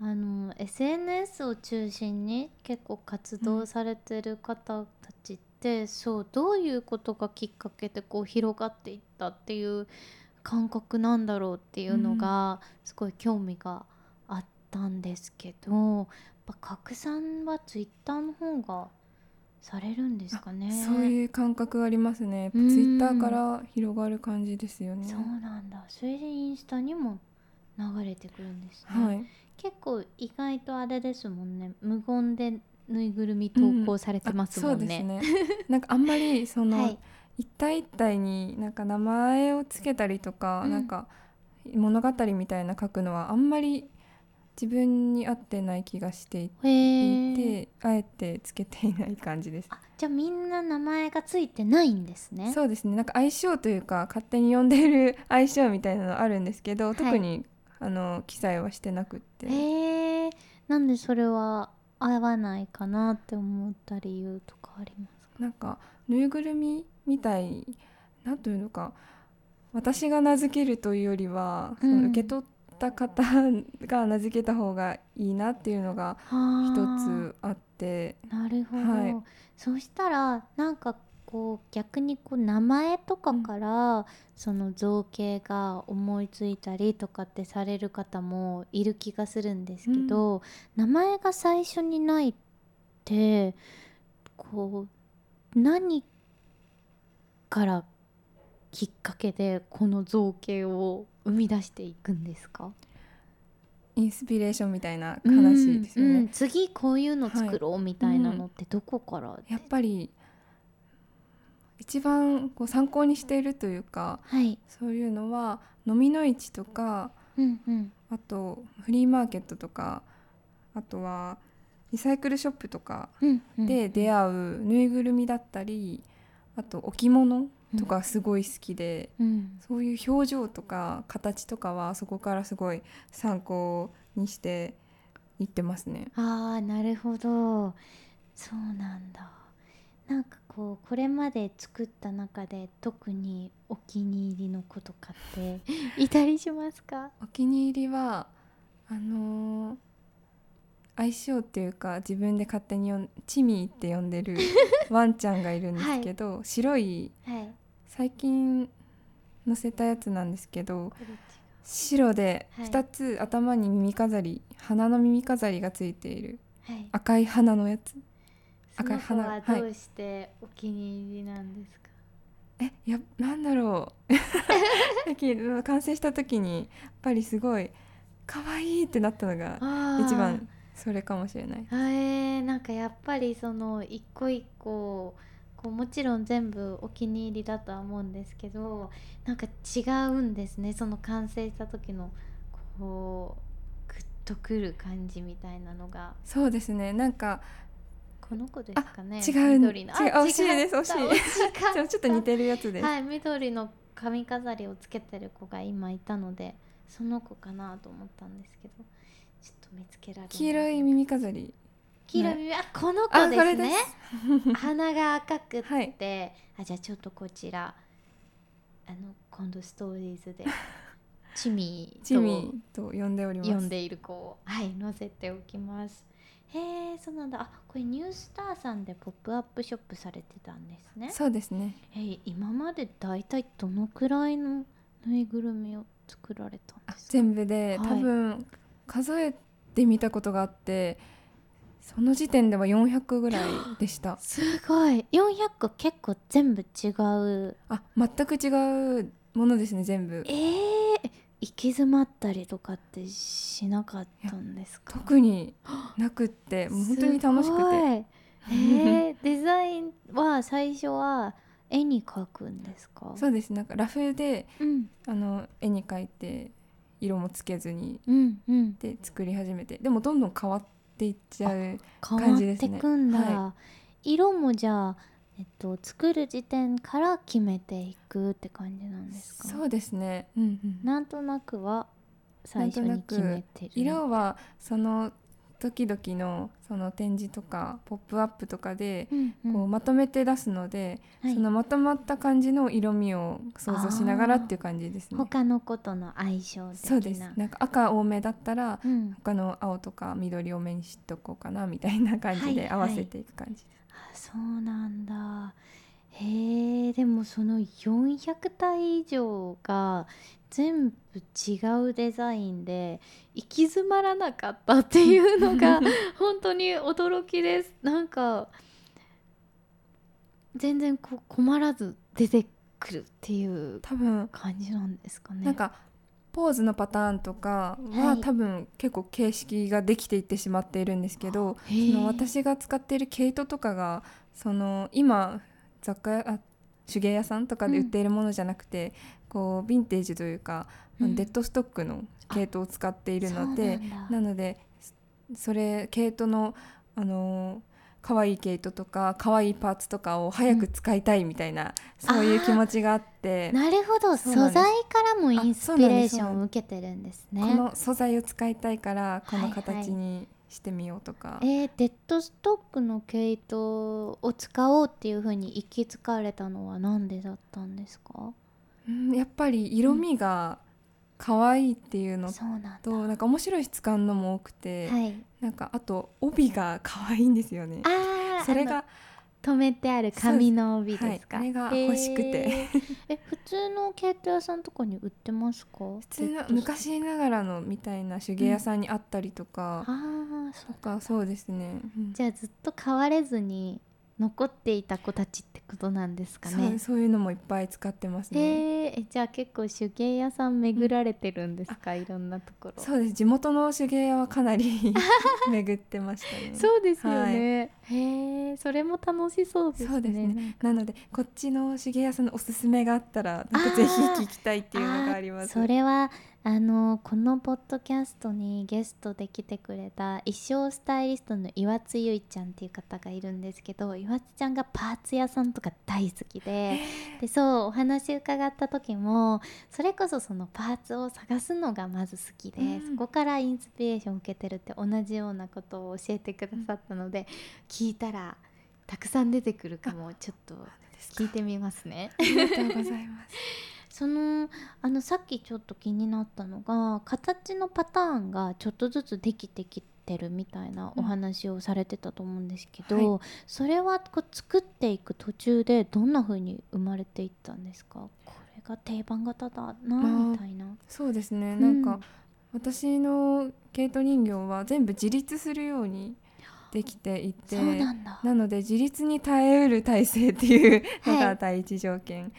S1: うあの SNS を中心に結構活動されてる方たちって、そうどういうことがきっかけでこう広がっていったっていう感覚なんだろうっていうのが、すごい興味があったんですけどやっぱ拡散はツイッターの方がされるんですかね
S2: そういう感覚ありますね。ツイ
S1: うん
S2: ッターから広がる感じですよね。
S1: そうなんだそれでインスタにも流れてくるんですね、
S2: はい。
S1: 結構意外とあれですもんね無言でぬいぐるみ投稿されてますもんね、
S2: あそうですね。 (laughs) なんかあんまりその、
S3: はい
S2: 一体一体になんか名前をつけたりとか、
S1: うん
S2: なんか物語みたいな書くのはあんまり自分に合ってない気がしていて、
S1: へえ
S2: あえてつけていない感じです。
S1: あじゃあみんな名前がついてないんですね
S2: そうですね。なんか相性というか勝手に呼んでいる相性みたいなのあるんですけど、
S1: い
S2: 特にあの記載はしてなくって。
S1: へえなんでそれは合わないかなって思った理由とかありますか
S2: なんかぬいぐるみみたいなんというのか私が名付けるというよりは、
S1: うん
S2: その受け取った方が名付けた方がいいなっていうのが一つあって
S1: なるほど、
S2: はい
S1: そうしたらなんかこう逆にこう名前とかから、その造形が思いついたりとかってされる方もいる気がするんですけど、名前が最初にないってこう何からきっかけでこの造形を生み出していくんですか
S2: インスピレーションみたいな話ですよね。
S1: うんうん次こういうの作ろうみたいなのってどこから、 (laughs)
S2: やっぱり一番こう参考にしているというか
S1: はい、
S2: そういうのは飲みの市とか
S1: うんうん、
S2: あとフリーマーケットとかあとはリサイクルショップとか
S1: うんうん
S2: で出会うぬいぐるみだったりあと置物とかすごい好きで、
S1: うん
S2: そういう表情とか形とかはそこからすごい参考にしていってますね。
S1: ああなるほどそうなんだなんかこうこれまで作った中で特にお気に入りの子とかっていたりしますか
S2: お気に入りはあのー相性っていうか自分で勝手に呼んチミーって呼んで (laughs) るワンちゃんがいるんですけど、白い
S1: はい
S2: 最近乗せたやつなんですけど
S1: これ違う
S2: 白で
S1: はい
S2: 2つ頭に耳飾り、鼻の耳飾りがついている
S1: はい
S2: 赤い花のやつ
S1: そ
S2: 赤い
S1: の子
S2: 花
S1: は
S2: はい
S1: どうしてお気に入りなんですか、
S2: えいやなんだろ
S1: (laughs)
S2: うさっき完成した時にやっぱりすごい可愛いってなったのが
S1: あー
S2: 一番それかもしれない
S1: あーなんかやっぱりその一個一個こうもちろん全部お気に入りだとは思うんですけどなんか違うんですねその完成した時のこうグッとくる感じみたいなのが
S2: そうですねなんか
S1: この子ですかね
S2: あ違う
S1: 緑のあ
S2: 違うあ惜しいです
S1: 違った
S2: 惜しい
S1: 惜しか
S2: (laughs) ちょ
S1: た
S2: ちょっと似てるやつです、
S1: はい緑の髪飾りをつけてる子が今いたのでその子かなと思ったんですけどちょっと見つけられない
S2: 黄色い耳飾り
S1: 黄色い耳あこの
S2: あ
S1: 子
S2: こ
S1: です
S2: れで
S1: ね
S2: す
S1: 鼻が赤くって、
S2: はい
S1: あじゃあちょっとこちらあの今度ストーリーズ
S2: (laughs)
S1: でチミ
S2: チ
S1: ー
S2: ミーと呼んでおり
S1: と
S2: ます
S1: 呼んでいる子をはい載せておきますへえそうなんだあこれニュースターさんでポップアップショップされてたんですね
S2: そうですね
S1: えー今までだいたいどのくらいのぬいぐるみを作られたん
S2: あ
S1: ですか
S2: 全部で、
S1: はい
S2: 多分数えてみたことがあってその時点では400ぐらいでした
S1: すごい400個結構全部違う
S2: あ全く違うものですね全部
S1: えー、行き詰まったりとかってしなかったんですか
S2: 特になくってもう本当に楽しく
S1: すご
S2: て
S1: い
S2: (laughs)
S1: えー、デザインは最初は絵に描くんですか
S2: そうですなんかラフで
S1: うん
S2: あの絵に描いて色もつけずに
S1: うんうん
S2: で作り始めてでもどんどん変わっていっちゃう
S1: 変わ
S2: 感
S1: っ
S2: じです
S1: て
S2: ね
S1: くんだ、
S2: は
S1: 色もじゃあ、えっと、作る時点から決めていくって感じなんですか
S2: そうですね、うんうん
S1: なんとなくは最初
S2: なん
S1: に
S2: と
S1: 決
S2: なく
S1: めてる
S2: 色はその時々のその展示とかポップアップとかで
S1: うんうん
S2: こうまとめて出すので、
S1: はい
S2: そのまとまった感じの色味を想像しながらっていう感じですね。
S1: 他の子との相性的な
S2: そうですなんか赤多めだったら
S1: うん、
S2: 他の青とか緑多めにしとこうかなみたいな感じ
S1: はい
S2: で合わせていく感じ、
S1: あそうなんだへえでもその400体以上が全部違うデザインで行き詰まらなかったっていうの
S2: (laughs)
S1: が本当に驚きですなんか全然こう困らず出てくるっていう
S2: 多分
S1: 感じなんですかね
S2: なんかポーズのパターンとかは、
S1: はい
S2: 多分結構形式ができていってしまっているんですけど、
S1: へー
S2: その私が使っている毛糸とかがその今雑貨屋あ手芸屋さんとかで売っているものじゃなくて、こうヴィンテージというか、まあ
S1: うん
S2: デッドストックの毛糸を使っているので
S1: そうなんだ
S2: なのでそそれ毛糸のあのー可愛い毛糸とか可愛いパーツとかを早く使いたいみたいな、そういう気持ちがあって。
S1: なるほど素
S2: そうなん
S1: 材
S2: です
S1: からもインスピレーシ
S2: あそうな
S1: ョン
S2: んですそうなんです
S1: を受けてるんです
S2: こ
S1: ね。
S2: の素材を使いたいからこの
S1: はいは
S2: 形
S1: い
S2: にしてみようとか、
S1: えー、デッドストックの毛糸を使おうっていうふうに行き着かれたのはなんでだったんですか
S2: うんやっぱり色味が可愛いっていうの
S1: そうなんだ
S2: と、なんか面白い質感のも多くて、
S1: はい、
S2: なんかあと帯が可愛いんですよね。
S1: ああ
S2: それが
S1: 止めてある紙の帯
S2: そうで
S1: ですすか、
S2: はいあれが欲しくて
S1: えーえ普通の毛糸屋さんとかに売ってますか普
S2: 普通の昔ながらのみたいな手芸屋さんにあったりと
S1: あ
S2: か、
S1: あそ
S2: と
S1: う
S2: かそうですね。うん
S1: じゃあずっと変われずに残っていた子たちってことなんですか
S2: そう
S1: ね
S2: そういうのもいっぱい使ってます
S1: え
S2: ね。
S1: ーえじゃあ結構手芸屋さん巡られてるんですか、いろんなところ
S2: そうです地元の手芸屋はかなり (laughs) 巡ってましたね。
S1: そうですよね、へえそれも楽しそうですね
S2: そうですね。なのでこっちの手芸屋さんのおすすめがあったら
S1: あー
S2: なんかぜひ聞きたいっていうの
S1: あ
S2: があります。
S1: ーそれはあのこのポッドキャストにゲストで来てくれた衣装スタイリストの岩津ゆいちゃんっていう方がいるんですけど岩津ちゃんがパーツ屋さんとか大好きででそうお話伺った時もそれこそそのパーツを探すのがまず好きで、
S2: うん
S1: そこからインスピレーションを受けてるって同じようなことを教えてくださったので、聞いたらたくさん出てくるかもちょっと
S2: ですか
S1: 聞いてみますね。
S2: ありがとうございます。
S1: そのあのさっきちょっと気になったのが形のパターンがちょっとずつできてきてるみたいな
S2: うん
S1: お話をされてたと思うんですけど、
S2: は
S1: それはこう作っていく途中でどんな風に生まれていったんですかこれが定番型だな
S2: ー
S1: みたいな。
S2: (laughs) そうですね。
S1: う
S2: なんか、私の毛糸人形は全部自立するようにできていて、
S1: そうなんだ。
S2: なので自立に耐えうる体勢っていうの
S1: (laughs) は
S2: が
S1: い
S2: 第一条件、で、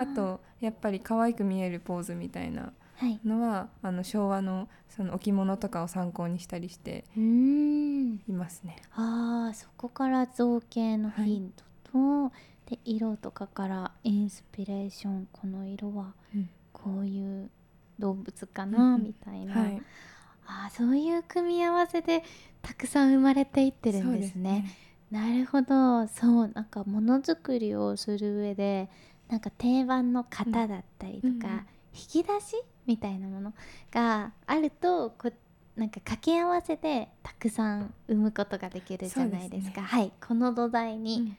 S2: あ
S1: ー、
S2: とやっぱり可愛く見えるポーズみたいな
S1: はい、
S2: のはあの昭和のその置物とかを参考にしたりして
S1: うーん
S2: いますね。
S1: あーそこから造形のヒントと、で色とかからインスピレーションこの色は
S2: うん
S1: こういう動物か
S2: うん
S1: な
S2: うん
S1: みたいな、
S2: はい。
S1: あーそういう組み合わせでたくさん生まれていってるんですね。なるほどそうなんかものづくりをする上でなんか定番の型だったりとか、
S2: うんうんうん
S1: 引き出しみたいなものがあるとこなんか掛け合わせでたくさん生むことができるじゃないですか。
S2: そうですね
S1: はいこの土台
S2: そうですね。
S1: に、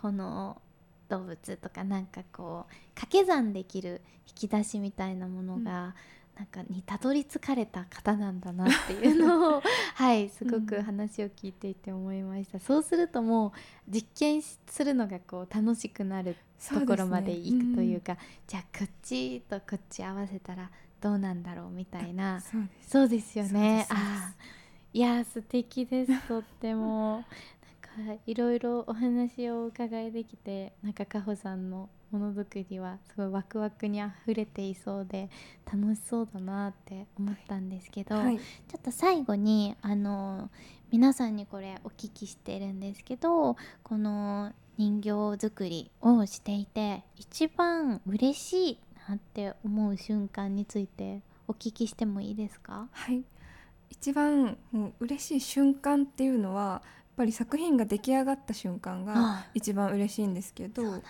S1: この動物とかなんかこう掛け算できる引き出しみたいなものが、なんかにたどり着かれた方なんだなっていうのをはいすご
S2: う
S1: く
S2: ん
S1: 話を聞いていて思いました、そうするともう実験しするのがこう楽しくなると
S2: そうですね
S1: ころまでいくというかじゃあこっちとこっち合わせたらどうなんだろうみたい
S2: うん
S1: な
S2: そうです。
S1: そうですよね。
S2: そうですそうで
S1: あ
S2: す
S1: あ、いやー素敵です。とってもなんかいろいろお話をお伺いできて、なんかかほさんのものづくりはすごいワクワクにあふれていそうで楽しそうだなって思ったんですけど、
S2: はい
S1: ちょっと最後にあの皆さんにこれお聞きしてるんですけど、この人形作りをしていて一番嬉しいなって思う瞬間についてお聞きしてもいいですか
S2: はい、一番もう嬉しい瞬間っていうのはやっぱり作品が出来上がった瞬間が
S1: あ
S2: 一番嬉しいんですけど
S1: そう
S2: や
S1: なん
S2: っ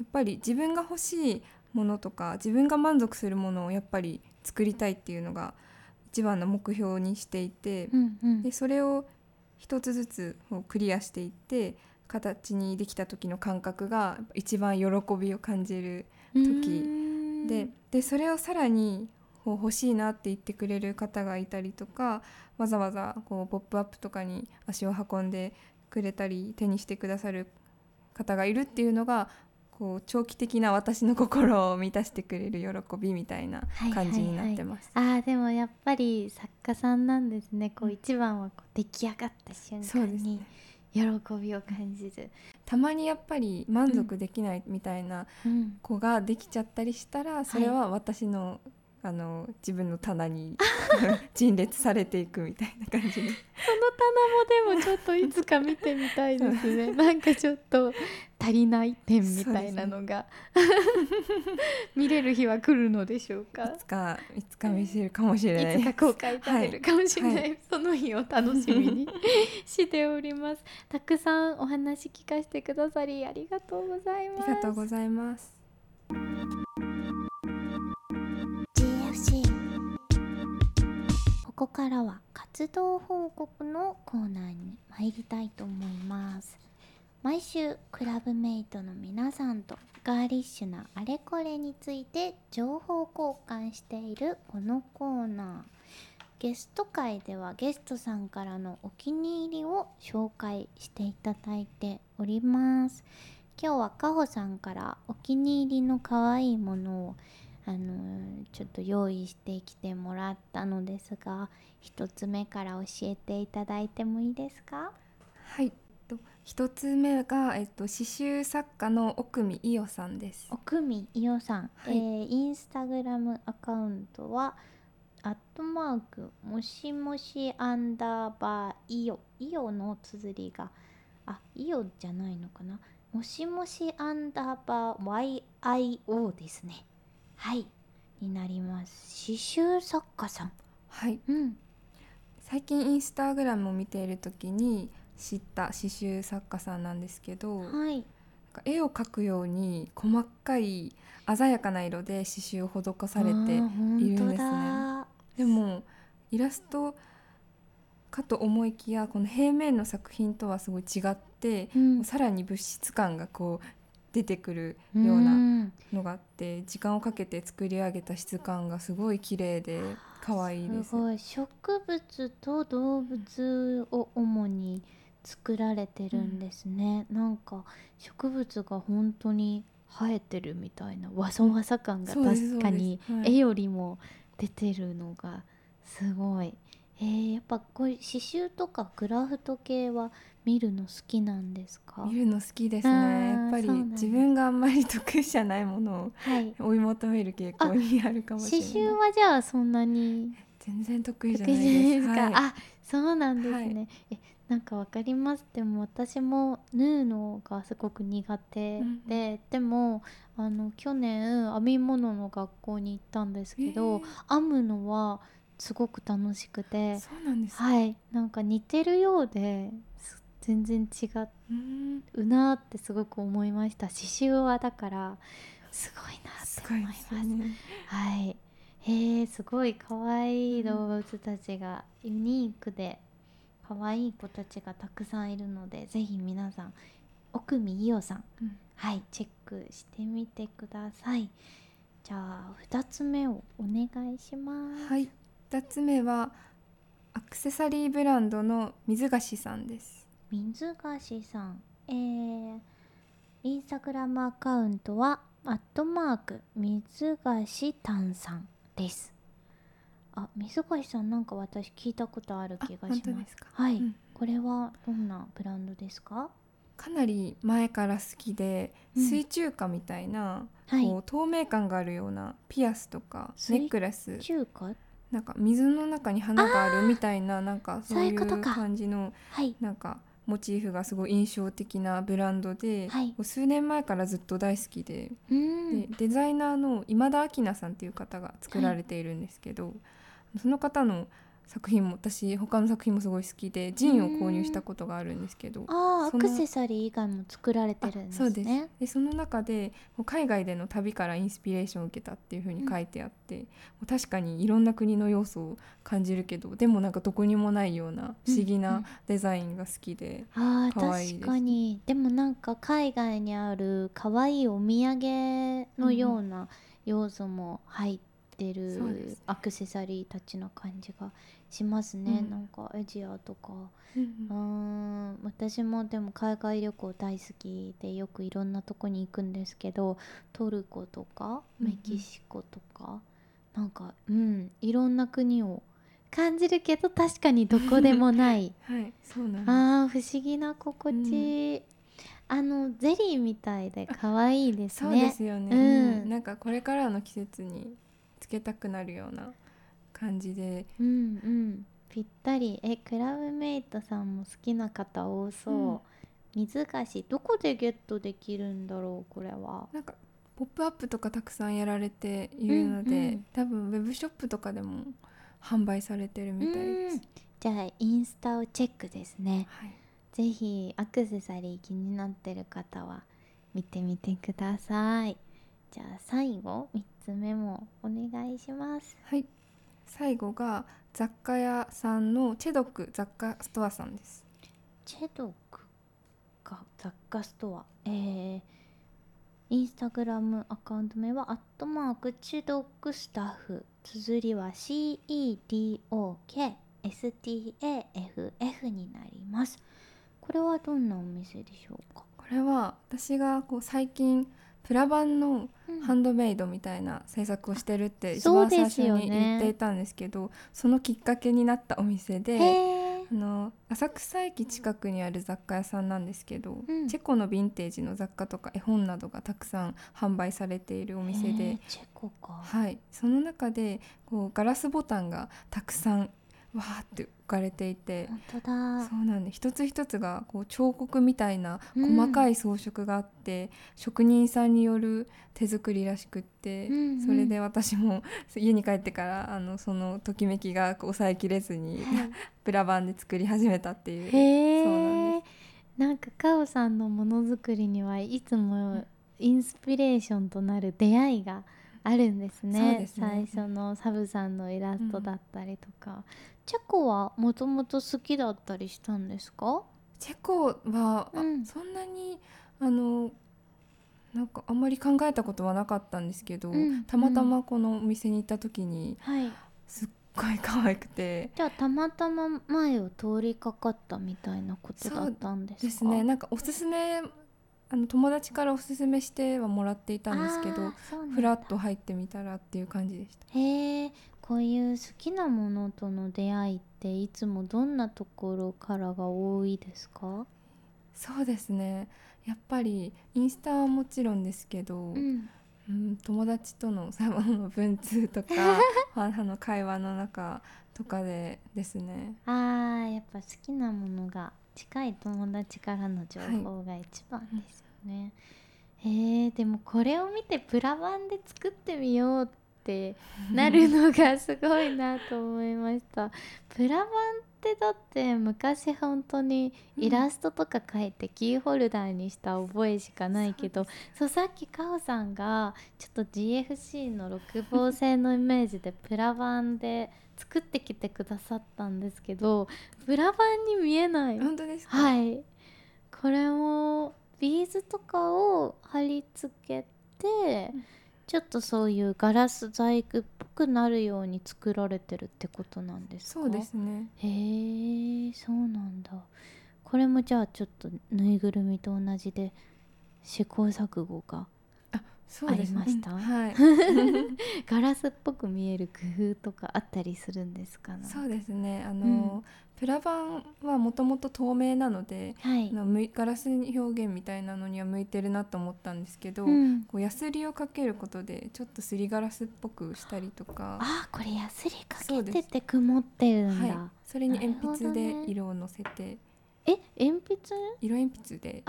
S1: だ
S2: ぱり自分が欲しいものとか自分が満足するものをやっぱり作りたいっていうのが一番の目標にしていて、
S1: うんうん
S2: でそれを一つずつこうクリアしていって形にできた時の感覚が一番喜びを感じる時ででそれをさらにこう欲しいなって言ってくれる方がいたりとかわざわざこう「ポップアップとかに足を運んでくれたり手にしてくださる方がいるっていうのがここう長期的な私の心を満たしてくれる喜びみたいな感じになってます。
S4: あーでもやっぱり作家さんなんですねこう一番はこう出来上がった瞬
S2: そう
S4: 間
S2: ですね
S4: に喜びを感じる、
S2: たまにやっぱり満足できないみたいな
S4: うん
S2: 子ができちゃったりしたらそれは私の,、あの自分の棚に (laughs) 陳列されていくみたいな感じで
S4: その棚もでもちょっといつか見てみたいですねなんかちょっと足りない点みたいなのが、 (laughs) 見れる日は来るのでしょうか
S2: いつかいつか見せるかもしれない
S4: いつか公開されるかもしれない、
S2: は
S4: その日を楽しみ
S2: (laughs)
S4: にしておりますたくさんお話聞かせてくださりありがとうございま
S2: あ
S4: す
S2: りがとうございます。
S1: GFC ここからは活動報告のコーナーに参りたいと思います毎週クラブメイトの皆さんとガーリッシュなあれこれについて情報交換しているこのコーナーゲスト会ではゲストさんからのお気に入りを紹介していただいております今日はかほさんからお気に入りの可愛いものをあのーちょっと用意してきてもらったのですが一つ目から教えていただいてもいいですか
S2: はい。えっと一つ目がえっと刺繍作家の奥見伊代さんです。
S1: 奥見伊代さん、
S2: はい
S1: えーインスタグラムアカウントはアットマークもしもしアンダーバーイオイオの綴りがあイオじゃないのかなもしもしアンダーバー YIO ですねはいになります刺繍作家さん
S2: はい。
S1: うん
S2: 最近インスタグラムを見ているときに知った刺繍作家さんなんですけど、なん
S1: はい
S2: か絵を描くように細かい鮮やかな色で刺繍を施されて
S1: あー本
S2: いるんですね
S1: 当だ
S2: でもイラストかと思いきやこの平面の作品とはすごい違って、
S1: うん
S2: さらに物質感がこう出てくるよ
S1: よう
S2: うな
S1: な
S2: のがあって時間をかけて作り上げた質感がすごい綺麗で可愛いです
S1: す。ごい植物と動物を主に作られてるんですね、なんか植物が本当に生えてるみたいなわさわさ感が
S2: そうです
S1: 確かに
S2: そうですはい
S1: 絵よりも出てるのがすごい、えー、やっぱこういう刺繍とかクラフト系は見るの好きなんですか
S2: 見るの好きですね
S1: あー
S2: やっぱり
S1: そうなんだ
S2: 自分があんまり得意じゃないもの
S1: はい
S2: を追い求める傾向にあるかもし
S1: 刺
S2: れ
S1: 繍
S2: ない
S1: はじゃあそんなに
S2: 全然得意じゃ
S1: 得
S2: な
S1: 意
S2: い
S1: じゃない
S2: で
S1: ですすか、
S2: はい
S1: あそうなんですね、えなんかわかりますでも私も縫うのがすごく苦手で、
S2: うん
S1: でもあの去年編み物の学校に行ったんですけど、
S2: え
S1: 編むのはすごく楽しく
S2: ー
S1: て
S2: そうなんです、
S1: はいなんか似てるようです全然違
S2: うーん
S1: うなってすごく思いました刺繍はだからすごいな
S2: す
S1: って
S2: ご
S1: 思い
S2: い
S1: ま
S2: ですすよね
S1: はい。へえ、すごい可愛い動物たちがユニークで可愛い子たちがたくさんいるので、ぜひ皆さん奥見伊代さん、
S2: うん
S1: はいチェックしてみてください。じゃあ二つ目をお願いします。
S2: はい、2つ目はアクセサリーブランドの水菓子さんです。
S1: 水菓子さん、えー、インスタグラムアカウントは、アットマーク、水菓子炭酸です。あ、水菓子さんなんか私聞いたことある気がし
S2: あ本当
S1: ま
S2: です
S1: す。
S2: か
S1: はい、
S2: うん
S1: これはどんなブランドですか
S2: かなり前から好きで、
S1: うん
S2: 水中華みたいな、
S1: はい
S2: こう透明感があるようなピアスとかネ
S1: 水
S2: ックレス
S1: 中華
S2: なんか水の中に花があるみたいななんかそう
S1: そう
S2: い
S1: いうこと
S2: う
S1: か
S2: 感じの
S1: はい。
S2: なんかモチーフがすごい印象的なブランドで、
S1: はい
S2: もう数年前からずっと大好きで
S1: うーん。
S2: でデザイナーの今田明菜さんっていう方が作られているんですけど、その方の作品も私他の作品もすごい好きでジンを購入したことがあるんですけど
S1: ああ、
S2: そ
S1: ア
S2: の
S1: クセサリー以外も作られてるんです
S2: そうです
S1: ね。
S2: でその中でこう海外での旅からインスピレーションを受けたっていう風に書いてあって、もう確かにいろんな国の要素を感じるけどでもなんかどこにもないような不思議
S1: うんう
S2: なんデザインが好きで、
S1: ああ
S2: 可愛いです
S1: 確かにでもなんか海外にある可愛いお土産のような要素も入って
S2: そうで
S1: る
S2: す
S1: アクセサリーたちの感じがしますね、
S2: うん
S1: なんかアジアとかうー
S2: うん
S1: ん私もでも海外旅行大好きでよくいろんなとこに行くんですけどトルコとか
S2: うんうん
S1: メキシコとか、なんかうんいろんな国を感じるけど確かにどこでもない
S2: はいそうなんで
S1: あー不思議な心地、あのゼリーみたいで可愛いですす
S2: そう
S1: ね
S2: ですよね、
S1: うん
S2: うんなんかこれからの季節につけたくなるような感じで
S1: うんうんぴったりえクラブメイトさんも好きな方多そう、
S2: うん
S1: 水菓子どこでゲットできるんだろうこれは
S2: なんかポップアップとかたくさんやられているので、
S1: うんうん
S2: 多分ウェブショップとかでも販売されてるみたいです、
S1: うんじゃあインスタをチェックですね
S2: はい
S1: ぜひアクセサリー気になってる方は見てみてくださいじゃあ最後3つ目もお願いします
S2: はい、最後が雑貨屋さんのチェドク雑貨ストアさんです。
S1: チェドクか雑貨ストアえー、インスタグラムアカウント名はアットマークチェドクスタッフ綴りは CEDOKSTAFF になりますこれはどんなお店でしょうか、
S2: これは私がこう最近プラ版の
S1: うん
S2: ハンドメイドみたいな制作をしてるって一
S1: そう
S2: 番
S1: で
S2: 最
S1: す
S2: 初
S1: よね
S2: に言っていたんですけどそのきっかけになったお店で
S1: へー
S2: あの浅草駅近くにある雑貨屋さんなんですけど、
S1: うん
S2: チェコのヴィンテージの雑貨とか絵本などがたくさん販売されているお店
S1: へ
S2: で
S1: ーチェコか
S2: はい、その中でこうガラスボタンがたくさんわーって置かれていて
S1: 本当だ
S2: そうなんで一つ一つがこう彫刻みたいな
S1: うん
S2: 細かい装飾があって、職人さんによる手作りらしくって、
S1: うんうん
S2: それで私も (laughs) 家に帰ってからあのそのときめきがこう抑えきれずに、プラ版で作り始めたっていう。
S1: へえ
S2: そうなん
S1: なんかカオさんのものづくりにはいつもインスピレーションとなる出会いがあるんですね
S2: そうですね
S1: 最初のサブさんのイラストだったりとか、チェコはもともと好きだったりしたんですか
S2: チェコは、あ
S1: うん
S2: そんなにあのなんかあんまり考えたことはなかったんですけど、
S1: うん
S2: たまたまこのお店に行った時に
S1: はい
S2: すっごい可愛くて
S1: じゃあたまたま前を通りかかったみたいなことだったんですか
S2: ですねなんかおすすめあの友達からおすすめしてはもらっていたんですけ
S1: あ
S2: ど
S1: ーそうなんだ
S2: ふらっと入ってみたらっていう感じでした。
S1: へえこういう好きなものとの出会いっていつもどんなところからが多いですか、
S2: そうですねやっぱりインスタはもちろんですけど、
S1: ん、
S2: うん、友達との (laughs) 最後の文通と
S1: (laughs)
S2: かあの会話の中とかでですね
S1: あーやっぱ好きなものが近い友達からの情報が一番ですよね、へえでもこれを見てプラ版で作ってみようってなるのがすごいなと思いましたプラ版ってだって昔本当にイラストとか描いてキーホルダーにした覚えしかないけど、そうさっきカオさんがちょっと GFC の六芒星のイメージでプラ版で作ってきてくださったんですけどプラ版に見えない
S2: 本当ですか、
S1: はいこれもビーズとかを貼り付けて
S2: うん
S1: ちょっとそういうガラス細工っぽくなるように作られてるってことなんですか
S2: そうですね
S1: へえそうなんだこれもじゃあちょっとぬいぐるみと同じで試行錯誤が
S2: そうですね
S1: ありました
S2: う
S1: (laughs)
S2: んはい
S1: ガラスっぽく見える工夫とかあったりするんですかね
S2: そうですねあの、プラ板はもともと透明なので
S1: はい
S2: あのむいガラス表現みたいなのには向いてるなと思ったんですけど、
S1: うん、
S2: こうヤスリをかけることでちょっとすりガラスっぽくしたりとか
S1: あーこれヤスリか
S2: そう
S1: け
S2: で
S1: て
S2: す
S1: て曇ってるんだ、
S2: はい、それに鉛筆
S1: なるほどね
S2: で色をのせて、
S1: え鉛筆
S2: 色鉛筆で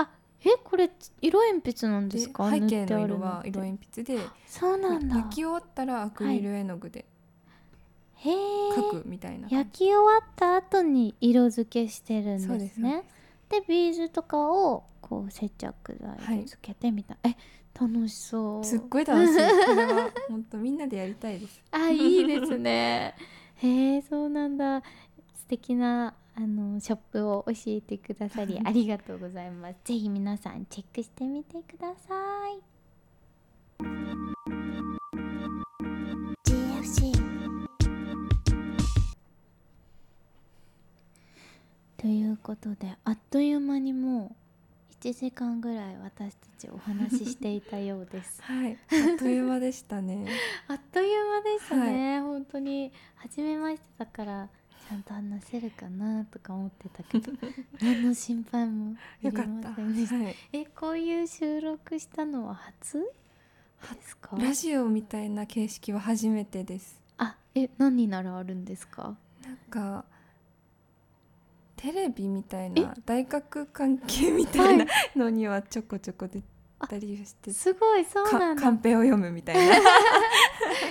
S1: えこれ色鉛筆なんですか
S2: 背
S1: 塗
S2: 景
S1: ってあ
S2: の
S1: る
S2: 色は
S1: って
S2: 色鉛筆で
S1: そうなんだ
S2: 焼き終わったらアクリル絵の具で
S1: へえ
S2: 描くみたいな感
S1: 焼き終わった後に色付けしてるんです
S2: じ、そう
S1: ね
S2: ですね
S1: でビーズとかをこう接着
S2: は
S1: 剤で
S2: い
S1: つけてみた、い、え楽しそう
S2: すっごい楽しいこれは本当みんなでやりたいです
S1: あいいですね (laughs) へえそうなんだ素敵なあのショップを教えてくださ (laughs) りありがとうございますぜひ皆さんチェックしてみてください
S3: GFC
S1: ということであっという間にもう1時間ぐらい私たちお話ししていたようです
S2: はい、あっという間でしたね。
S1: あっという間でしたね、本当に初めましてだからちゃんと話せるかなとか思ってた
S2: (laughs)
S1: けど何の心配もい
S2: (laughs) よ
S1: り
S2: か
S1: ま
S2: った。
S1: せんでした
S2: (laughs) はい、
S1: えこういう収録したのは初ですか
S2: ラジオみたいな形式は初めてです。
S1: あえ何にならあるんですか
S2: なんか。テレビみたいな大学関係みたいなのにはちょこちょこ出たりして
S1: すごいそうな
S2: か
S1: んだ
S2: カンペを読むみたい (laughs) な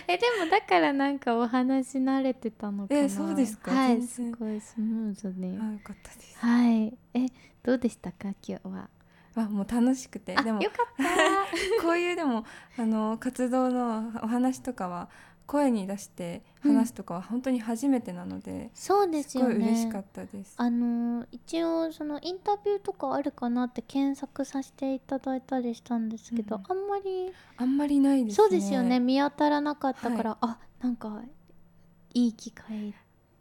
S1: えでもだからなんかお話し慣れてたのかな
S2: えそうですか
S1: はい
S2: 全
S1: す
S2: 然
S1: ごいスムーズに
S2: あよかったです
S1: はいえどうでしたか今日は
S2: あもう楽しくて
S1: あ
S2: でも
S1: よかっ
S2: (laughs)
S1: た
S2: こういうでもあの活動のお話とかは声に出して話すとかは本当に初めてなので、
S1: そうです
S2: すご
S1: よ
S2: い
S1: ね
S2: 嬉しかったです。
S1: あのー一応そのインタビューとかあるかなって検索させていただいたりしたんですけど、
S2: うん
S1: あんまり
S2: あんまりないですね。
S1: そうですよね見当たらなかったから、あなんかいい機会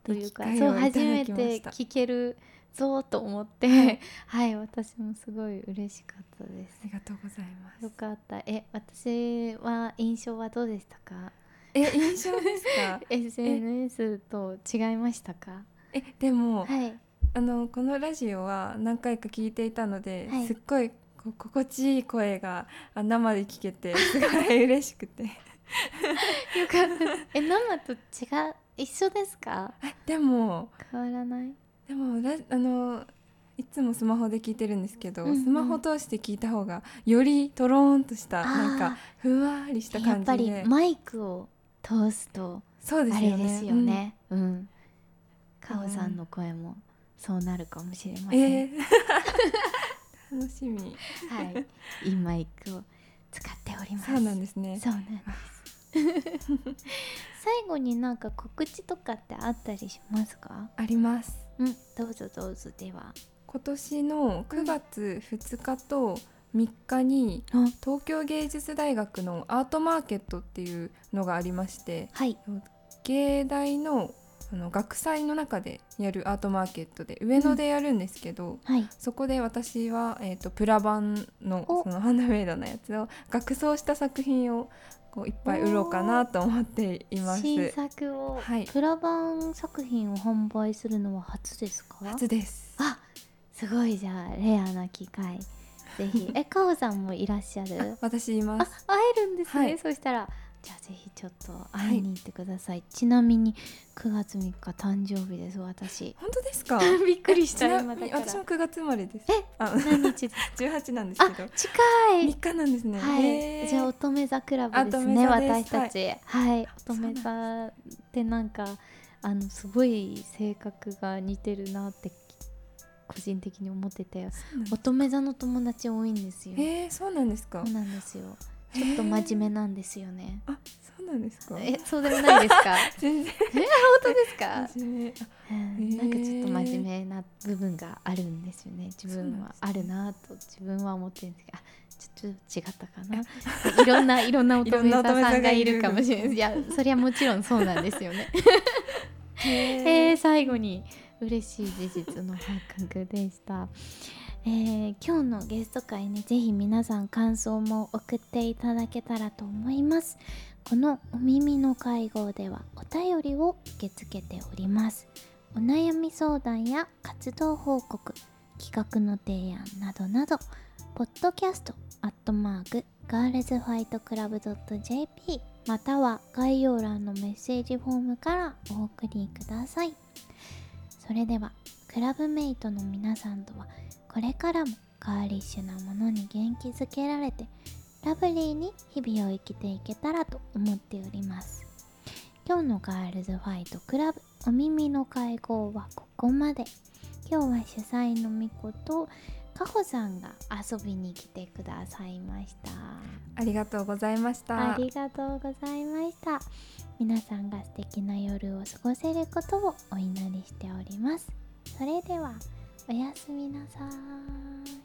S1: というか
S2: いい機
S1: そ
S2: 会
S1: う
S2: をい
S1: 初
S2: た
S1: め
S2: だき
S1: て
S2: ました
S1: 聞けるぞと思って (laughs) はい、私もすごい嬉しかったで
S2: ありがとうございます
S1: すよ。かったえ私は印象はどうでしたか？
S2: え印象ですか
S1: SNS と違いましたか
S2: えでも、
S1: はい
S2: あのこのラジオは何回か聞いていたので、
S1: はい
S2: すっごいこう心地いい声があ生で聞けてすごい嬉しくて。 (laughs)
S1: よかったですえ生と違う一緒ですか
S2: えでも
S1: 変わらない
S2: でもラあのいつもスマホで聞いてるんですけど、
S1: うんうん
S2: スマホ通して聞いた方がよりトローンとした
S1: あー
S2: なんかふわーりした
S1: や
S2: 感
S1: っ
S2: じ
S1: ぱ
S2: で
S1: りマイクを通すと
S2: そうで
S1: あ
S2: す
S1: れ
S2: よね。
S1: ですよね。うん。
S2: うん
S1: カオさんの声もそうなるかもしれ
S2: う
S1: ま
S2: ん。
S1: せん。
S2: えー (laughs) 楽しみ。
S1: はい。いいマイクを使っております。
S2: そうなんですね。
S1: そうなんです。最後になんか告知とかってあったりしますか？
S2: あります。
S1: うん。どうぞどうぞでは。
S2: 今年の9月2日と3日に
S1: あ
S2: 東京芸術大学のアートマーケットっていうのがありまして
S1: はい。
S2: 芸大のあの学祭の中でやるアートマーケットで上野でやるんですけど、
S1: はい。
S2: そこで私は、えー、とプラ版の
S1: お
S2: そのハンドメイドのやつを学装した作品をこういっぱい売ろうかなと思っています。
S1: 新作を、
S2: はい
S1: プラ版作品を販売するのは初ですか？
S2: 初です
S1: あ、すごいじゃあレアな機会。ぜ
S2: (laughs)
S1: ひ。え、カオさんもいらっしゃる？
S2: 私いま
S1: あ
S2: す。
S1: 会えるんですね、
S2: はい
S1: そしたらじゃあぜひちょっと会いに行ってください、ちなみに9月3日誕生日です私
S2: 本当で
S1: (laughs)
S2: すか
S1: びっくりし
S2: ち
S1: た
S2: な
S1: 今
S2: み
S1: だ
S2: に
S1: から
S2: 私も9月生まれです。
S1: え
S2: あ (laughs)
S1: 何日です
S2: 18なんです
S1: あ
S2: けど
S1: 近い
S2: 3日なんですね。
S1: は
S2: へー
S1: い、じゃあ乙女座クラブですね
S2: あ乙女座で
S1: 私
S2: す
S1: たちはい、
S2: そう
S1: 乙
S2: なん
S1: 女
S2: です
S1: 座ってなんかあのすごい性格が似てるなって個人的に思ってて
S2: そうなんだ
S1: 乙女座の友達多いんですよ
S2: へえそうなんですか
S1: そう。なんですよちょっと真面目なんですよね
S2: あそうなんですか。
S1: えそうでもないですか
S2: 全
S1: (laughs)
S2: 然
S1: 本当です
S2: (laughs)
S1: か、
S2: 真面目。
S1: (laughs) うんなんかちょっと真面目な部分があるんですよね自分は
S2: そう
S1: あ
S2: なんですね
S1: るなと自分は思ってるんですけどあちょちょっと違ったか (laughs) ないろんないろんな乙女座さんがいるかもしれないいやそりゃもちろんそうなんですよねえ
S2: へ
S1: ー最後に嬉しい事実の報告でしたえー今日のゲスト会にぜひ皆さん感想も送っていただけたらと思いますこのお耳の会合ではお便りを受け付けておりますお悩み相談や活動報告企画の提案などなどポッドキャストアットマークガールズファイトクラブ .jp または概要欄のメッセージフォームからお送りくださいそれではクラブメイトの皆さんとはこれからもガーリッシュなものに元気づけられてラブリーに日々を生きていけたらと思っております今日のガールズファイトクラブお耳の会合はここまで今日は主催のみことかほさんが遊びに来てくださいました
S2: ありがとうございました。
S1: ありがとうございました皆さんが素敵な夜を過ごせることをお祈りしておりますそれではおやすみなさーい